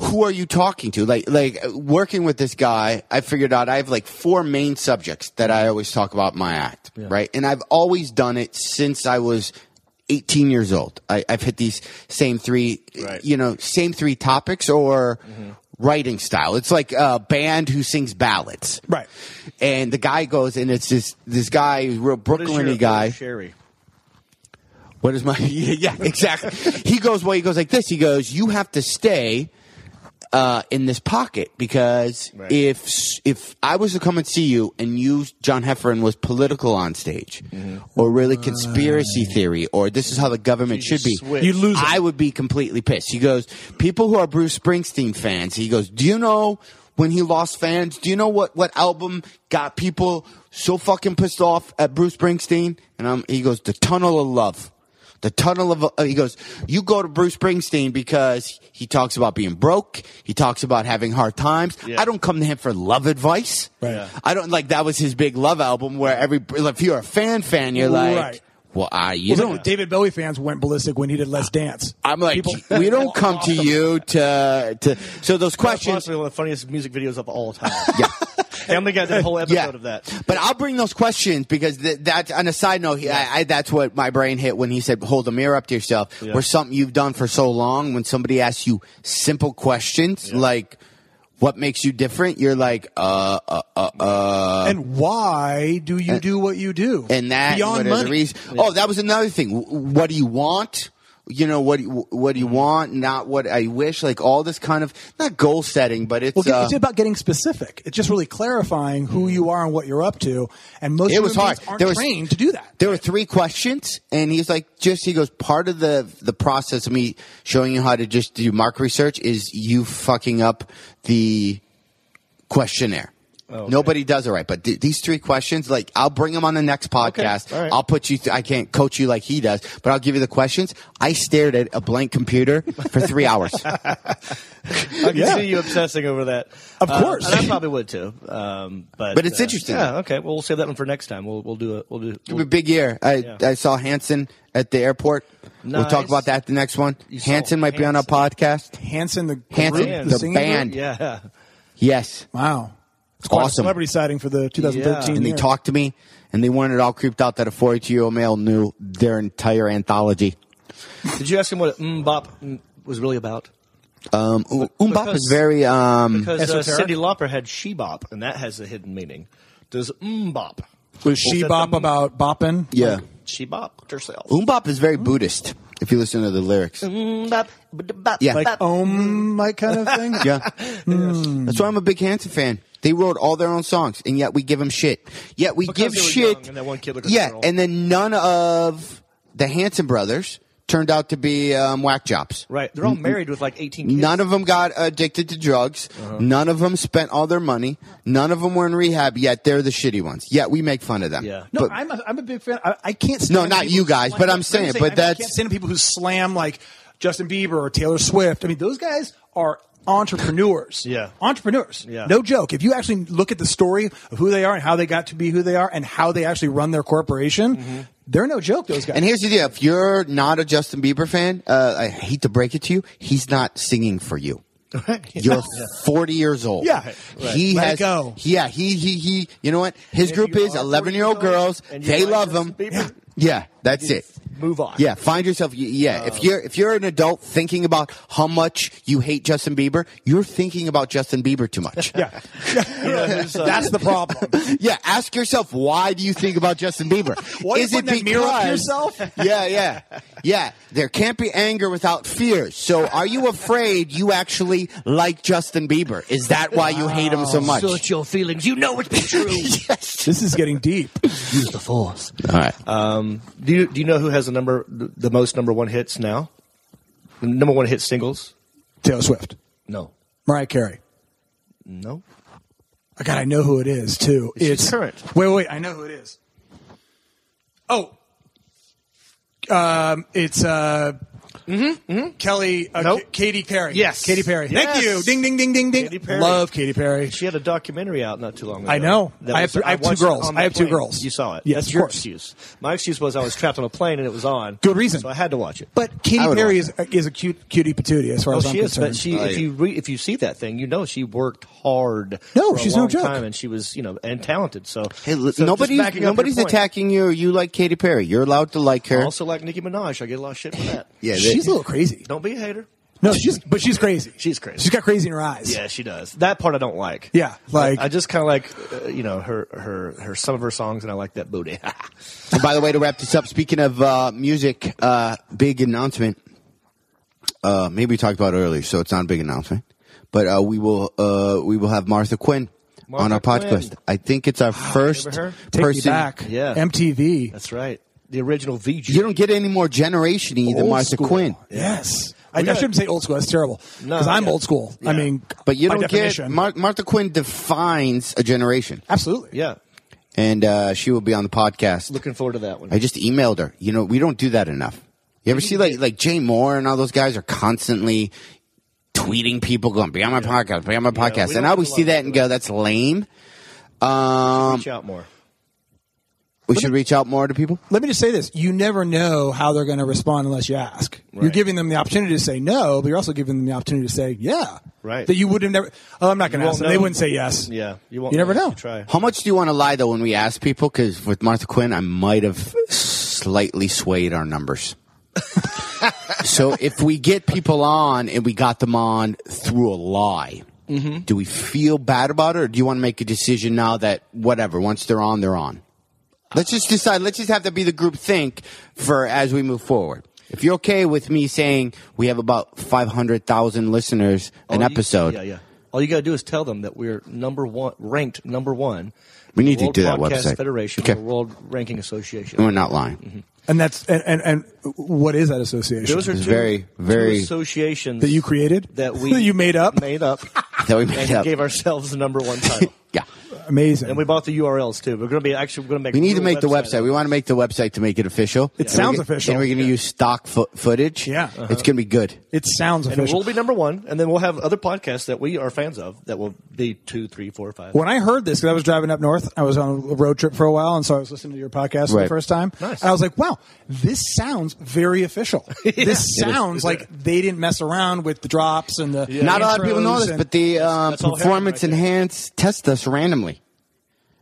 F: Who are you talking to? Like, like uh, working with this guy, I figured out I have like four main subjects that I always talk about in my act, right? And I've always done it since I was 18 years old. I, I've hit these same three,
E: Right.
F: you know, same three topics or writing style. It's like a band who sings ballads.
H: Right.
F: And the guy goes, and it's this this guy, real
E: What is your-
F: Brooklyn guy.
E: Sherry.
F: What is my? Yeah, yeah, exactly. he goes, well, he goes like this. He goes, you have to stay uh, in this pocket because
E: Right.
F: if if I was to come and see you and you, John Heffernan, was political on stage,
E: Mm-hmm.
F: or really conspiracy theory, or this is how the government should be,
E: switch. You
H: lose 'em.
F: I would be completely pissed. He goes, people who are Bruce Springsteen fans. He goes, do you know? When he lost fans, do you know what, what album got people so fucking pissed off at Bruce Springsteen? And I'm, he goes, The Tunnel of Love. The tunnel of uh, he goes. You go to Bruce Springsteen because he talks about being broke. He talks about having hard times.
E: Yeah.
F: I don't come to him for love advice.
H: Right. Yeah.
F: I don't like that was his big love album where every if you're a fan fan you're like,
H: Right.
F: well I you
H: Well,
F: don't.
H: David Bowie fans went ballistic when he did Let's Dance.
F: I'm like we don't come to you to to. So
E: Questions.
F: those questions.
E: Possibly one of the funniest music videos of all time.
F: Yeah.
E: Family Guy did a whole episode of that.
F: But I'll bring those questions because th- that. On a side note, he, I, I, that's what my brain hit when he said, "Hold a mirror up to yourself."
E: Yeah.
F: Or something you've done for so long. When somebody asks you simple questions like, "What makes you different?" You're like, "Uh, uh, uh, uh."
H: and why do you do what you do?
F: and that what
H: beyond
F: are the
H: money.
F: reas- Oh, that was another thing. W- What do you want? You know what? do you- What do you want? Not what I wish. Like all this kind of not goal setting, but it's.
H: Well, get-
F: uh,
H: it's about getting specific. It's just really clarifying who you are and what you're up to. And most
F: It was
H: human
F: hard.
H: beings aren't
F: There was-
H: trained to do that.
F: There were three questions, and he's like, just he goes, part of the the process of me showing you how to just do mark research is you fucking up the questionnaire.
E: Oh,
F: Nobody does it right, but th- these three questions, like I'll bring them on the next podcast.
E: all right.
F: I'll put you. Th- I can't coach you like he does, but I'll give you the questions. I stared at a blank computer for three hours.
E: I can
H: Yeah.
E: see you obsessing over that.
H: Of
E: Uh,
H: course.
E: and I probably would too. Um, but
F: But it's
E: uh,
F: interesting.
E: Yeah. Okay. Well, we'll save that one for next time. We'll we'll do it. We'll do.
F: It'll be a big year. I, I saw Hanson at the airport. We'll talk
E: Nice.
F: about that the next one.
E: saw
F: Hanson might be on a
E: Hanson.
F: podcast.
H: Hanson, the
F: Hanson,
H: group,
F: the
H: singing
F: band.
H: group?
E: Yeah.
F: Yes.
H: Wow, it's quite a
F: awesome.
H: celebrity sighting for the 2013.
E: Yeah.
F: and they
H: year.
F: talked to me, and they weren't at all creeped out that a 42 year old male knew their entire anthology.
E: Did you ask him what Mbop was really about?
F: Um, U- Umbop
E: Because-
F: is very. Um,
E: Because uh,
H: Esoteric?
E: Cindy Lauper had Shebop, and that has a hidden meaning. Does Mbop?
H: was she
E: Well,
H: bop
E: that-
H: about bopping?
F: yeah,
E: She bopped herself.
F: Umbop is very Buddhist. If you listen to the lyrics,
E: Mm-hmm. Mbop, bop,
F: Yeah.
E: bop.
F: Like,
H: Om, like kind of thing.
F: yeah, Mm. that's why I'm a big Hanson fan. They wrote all their own songs, and yet we give them shit. Yet we
E: Because
F: give
E: they were
F: shit.
E: young and that one kid looked like a
F: yeah,
E: girl.
F: and then none of the Hanson brothers turned out to be um, whack jobs.
E: Right. They're all married with like 18 kids.
F: None of them got addicted to drugs.
E: Uh-huh.
F: None of them spent all their money. None of them were in rehab. Yet they're the shitty ones. Yet we make fun of them.
E: Yeah.
H: No,
F: But-
H: I'm, a, I'm a big fan. I, I can't. Stand
F: No, not
H: people
F: you
H: who
F: guys,
H: slam-
F: but I'm saying- but
H: I
F: that's-
H: can't stand people who slam like Justin Bieber or Taylor Swift. I mean, those guys are entrepreneurs.
E: Yeah.
H: entrepreneurs.
E: Yeah.
H: no joke. If you actually look at the story of who they are and how they got to be who they are and how they actually run their corporation,
E: Mm-hmm.
H: they're no joke. Those guys.
F: And here's the deal: if you're not a Justin Bieber fan, uh, I hate to break it to you, he's not singing for you. You're 40 years old.
H: Yeah. Right.
F: he
H: Let it
F: has.
H: go.
F: Yeah, he he he. You know what? His group
E: you
F: is
E: are
F: 11 year old
E: 40 years old
F: girls.
E: and you
F: They
E: like
F: love
E: Justin
F: them.
E: Bieber,
F: Yeah, that's it.
E: Move on.
F: Yeah, find yourself. y- Yeah,
H: Uh.
F: if you're if you're an adult thinking about how much you hate Justin Bieber, you're thinking about Justin Bieber too much.
H: yeah,
E: who's, uh,
H: that's the problem.
F: Yeah, ask yourself why do you think about Justin Bieber?
H: Why
F: Is
H: you
F: it
H: putting that mirror up
F: because-
H: yourself?
F: yeah, yeah, yeah. There can't be anger without fear. So, are you afraid you actually like Justin Bieber? Is that why you hate him so much?
E: Search your feelings. You know it's true.
H: this is getting deep.
E: Use the force.
F: All right.
H: Uh,
E: Um, do you do you know who has the number the the most number one hits now? The Number one hit singles?
H: Taylor Swift,
E: No,
H: Mariah Carey.
E: no.
H: I God, I know who it is too.
E: Is she
H: it's
E: current?
H: Wait, wait, I know who it is. Oh, um, it's uh, Kelly, uh,
E: Mm-hmm, Nope.
H: K- Katy Perry.
E: Yes.
H: Katy Perry.
E: Yes.
H: Thank you. Ding, ding, ding, ding, ding.
E: Katy Perry.
H: Love Katy Perry.
E: She had a documentary out not too long ago.
H: I know.
E: That
H: I have th- I have two
E: watched it
H: girls.
E: on the
H: I have two
E: plane.
H: girls.
E: You saw it.
H: Yes,
E: That's
H: of
E: your
H: course.
E: excuse. My excuse was I was trapped on a plane and it was on.
H: Good reason.
E: So I had to watch it.
H: But Katy
F: I would
H: Perry
F: watch
H: is, uh, is a cute cutie patootie as far
E: Oh,
H: as I'm
E: she is.
H: concerned.
E: But she,
F: Oh,
E: if
F: yeah.
E: you re, if you see that thing, you know she worked hard.
H: No,
E: for a
H: she's no
E: long
H: joke.
E: Time and she was, you know, and talented. So
F: Hey,
E: so
F: li-
E: just
F: nobody's
E: backing up your
F: nobody's
E: point.
F: attacking you. You like Katy Perry. You're allowed to like her.
E: Also, like Nicki Minaj, I get a lot of shit for that.
F: yeah, they-
H: she's a little crazy.
E: Don't be a hater.
H: No, she's but she's crazy.
E: She's crazy.
H: She's got crazy in her eyes.
E: Yeah, she does. That part I don't like.
H: Yeah, like-
E: I, I just kind of like, uh, you know, her her her some of her songs, and I like that booty.
F: And by the way, to wrap this up, speaking of uh, music, uh, big announcement. Uh, maybe we talked about it earlier, so it's not a big announcement. But uh, we will uh, we will have Martha Quinn on
E: Martha
F: our podcast.
E: Quinn.
F: I think it's
H: Ah,
F: our first
E: her?
H: Take me
F: person.
H: back.
E: Yeah.
H: MTV.
E: That's right. The original VG.
F: You don't get any more generation y than
E: Old
F: Martha
E: school.
F: Quinn.
H: Yes. I, I
E: gotta-
H: shouldn't say old school. That's terrible.
E: No,
H: Because I'm
E: yeah.
H: old school.
E: Yeah.
H: I mean,
F: But you
H: by
F: don't get
H: definition.
F: Mar- Martha Quinn defines a generation,
H: Absolutely.
E: Yeah.
F: and uh, she will be on the podcast.
E: Looking forward to that one.
F: I just emailed her. You know, we don't do that enough. You ever see like like Jay Moore and all those guys are constantly tweeting people going, "Be on my podcast, be on my
E: we
F: podcast,"
E: don't
F: and I
E: do
F: always
E: a lot
F: see
E: of
F: that and go, "That's lame." Um,
E: Reach out more.
F: we should reach out more to people.
H: Let me just say this. You never know how they're going to respond unless you ask. You're giving them the opportunity to say no, but you're also giving them the opportunity to say yeah.
E: Right.
H: That you would have never. Oh, I'm not going
E: You
H: to ask
E: won't
H: them. They
E: know.
H: wouldn't say yes.
E: Yeah. You won't.
H: You never know.
E: if Try.
F: How much do you want to lie though when we ask people? Because with Martha Quinn, I might have slightly swayed our numbers. so if we get people on and we got them on through a lie,
E: Mm-hmm.
F: do we feel bad about it, or do you want to make a decision now that whatever once they're on, they're on? Let's just decide. Let's just have to be the group think for as we move forward. If you're okay with me saying we have about five hundred thousand listeners
E: All
F: an
E: Oh, you-
F: episode,
E: yeah, yeah. All you got to do is tell them that we're number one, ranked number one.
F: We need to
E: World
F: do that
E: Podcast
F: website.
E: Federation,
F: Okay.
E: the World Ranking Association.
F: we're not lying.
E: Mm-hmm.
H: And that's and, and and what is that association
E: Those are two,
F: It's very, very-
E: two associations
H: that you created?
E: that we
H: you made up.
E: made up,
F: That we made
E: and
F: up.
E: gave ourselves the number one title.
F: yeah.
H: Amazing.
E: and we bought the URLs too. We're going to be actually we're going to make.
F: We need
E: a
F: to
E: real
F: make the website. We want to make the website to make it official. It
H: sounds official.
F: And we're going to use stock fo- footage.
H: Yeah. Uh-huh.
F: It's going to be good.
H: it sounds
E: And
H: official.
E: we'll be number one, and then we'll have other podcasts that we are fans of that will be two, three, four, five.
H: When I heard this, because I was driving up north, I was on a road trip for a while, and so I was listening to your podcast for the
F: Right.
H: first time.
E: Nice.
H: And I was like, wow, this sounds very official. this sounds like they didn't mess around with the drops and the.
F: Not a lot of people know
H: intros
F: this,
H: and-
F: but the uh,
E: that's all happening
F: performance
E: right there.
F: enhanced test us randomly.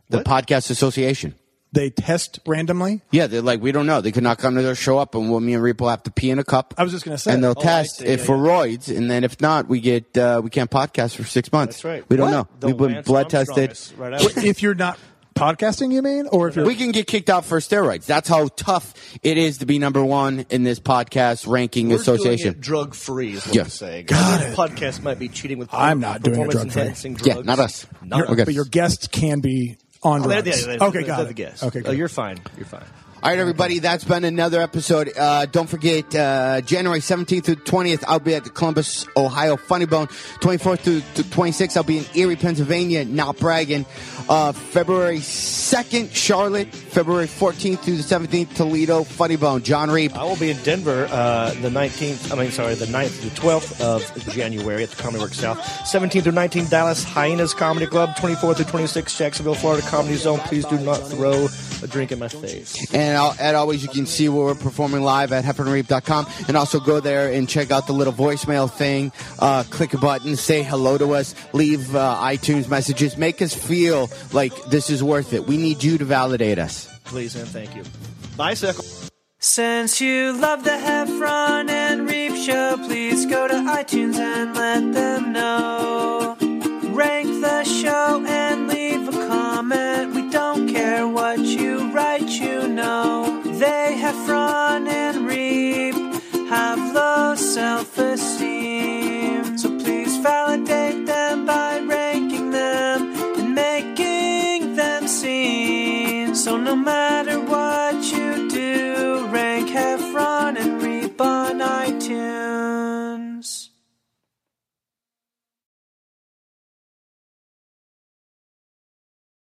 F: The podcast association.
H: they test randomly.
F: Yeah, they're like, we don't know. They could not come to their show up, and we'll, me and Reap will have to pee in a cup.
H: I was just gonna say.
F: and they'll
H: Oh, I
F: test
E: see.
F: if
E: Yeah,
F: for roids, and then if not, we get uh, we can't podcast for six months.
E: That's right.
F: We don't
E: What?
F: know.
E: The
F: We've been
E: Lance
F: blood
E: Armstrong
F: tested.
E: is Right out.
H: if you're not podcasting, you mean? Or if you're.
F: We can get kicked out for steroids. That's how tough it is to be number one in this podcast ranking association.
E: drug free is what
F: Yeah.
E: I'm saying.
H: Got
E: Other
H: it.
E: Podcasts might be cheating with.
H: I'm not doing it
E: performance
H: drug-free.
E: enhancing
F: Yeah,
E: drugs.
F: not us.
E: Not
F: You're
E: us.
F: good.
H: But your guest can be on
E: Oh, they're-
H: drugs.
E: they're-
H: okay,
E: they're-
H: got
E: they're
H: it.
E: The guest.
H: Okay,
E: Oh,
H: good.
E: you're fine. You're fine.
F: All right, everybody, that's been another episode. Uh, don't forget, uh, January 17th through 20th, I'll be at the Columbus, Ohio Funny Bone. 24th through to 26th, I'll be in Erie, Pennsylvania, not bragging. Uh, February 2nd, Charlotte. February 14th through the 17th, Toledo, Funny Bone. John Reap.
E: I will be in Denver uh, the 19th, I mean, sorry, the 9th to 12th of January at the Comedy Works South. 17th through 19th, Dallas Hyenas Comedy Club. 24th through 26th, Jacksonville, Florida Comedy Zone. Please do not throw a drink in my face.
F: And al- as always, you can see where we're performing live at heffernreap.com. And also go there and check out the little voicemail thing. Uh, click a button, say hello to us, leave uh, iTunes messages. Make us feel like this is worth it. We need you to validate us.
E: Please and thank you. Bicycle.
D: Since you love the Heffron and Reap Show, please go to iTunes and let them know. Rank the show and leave a comment. We don't care what you write, you know. They, Heffron and Reap, have low self esteem. So please validate them by ranking them and making them seen. So no matter what you do, rank Heffron and Reap on iTunes.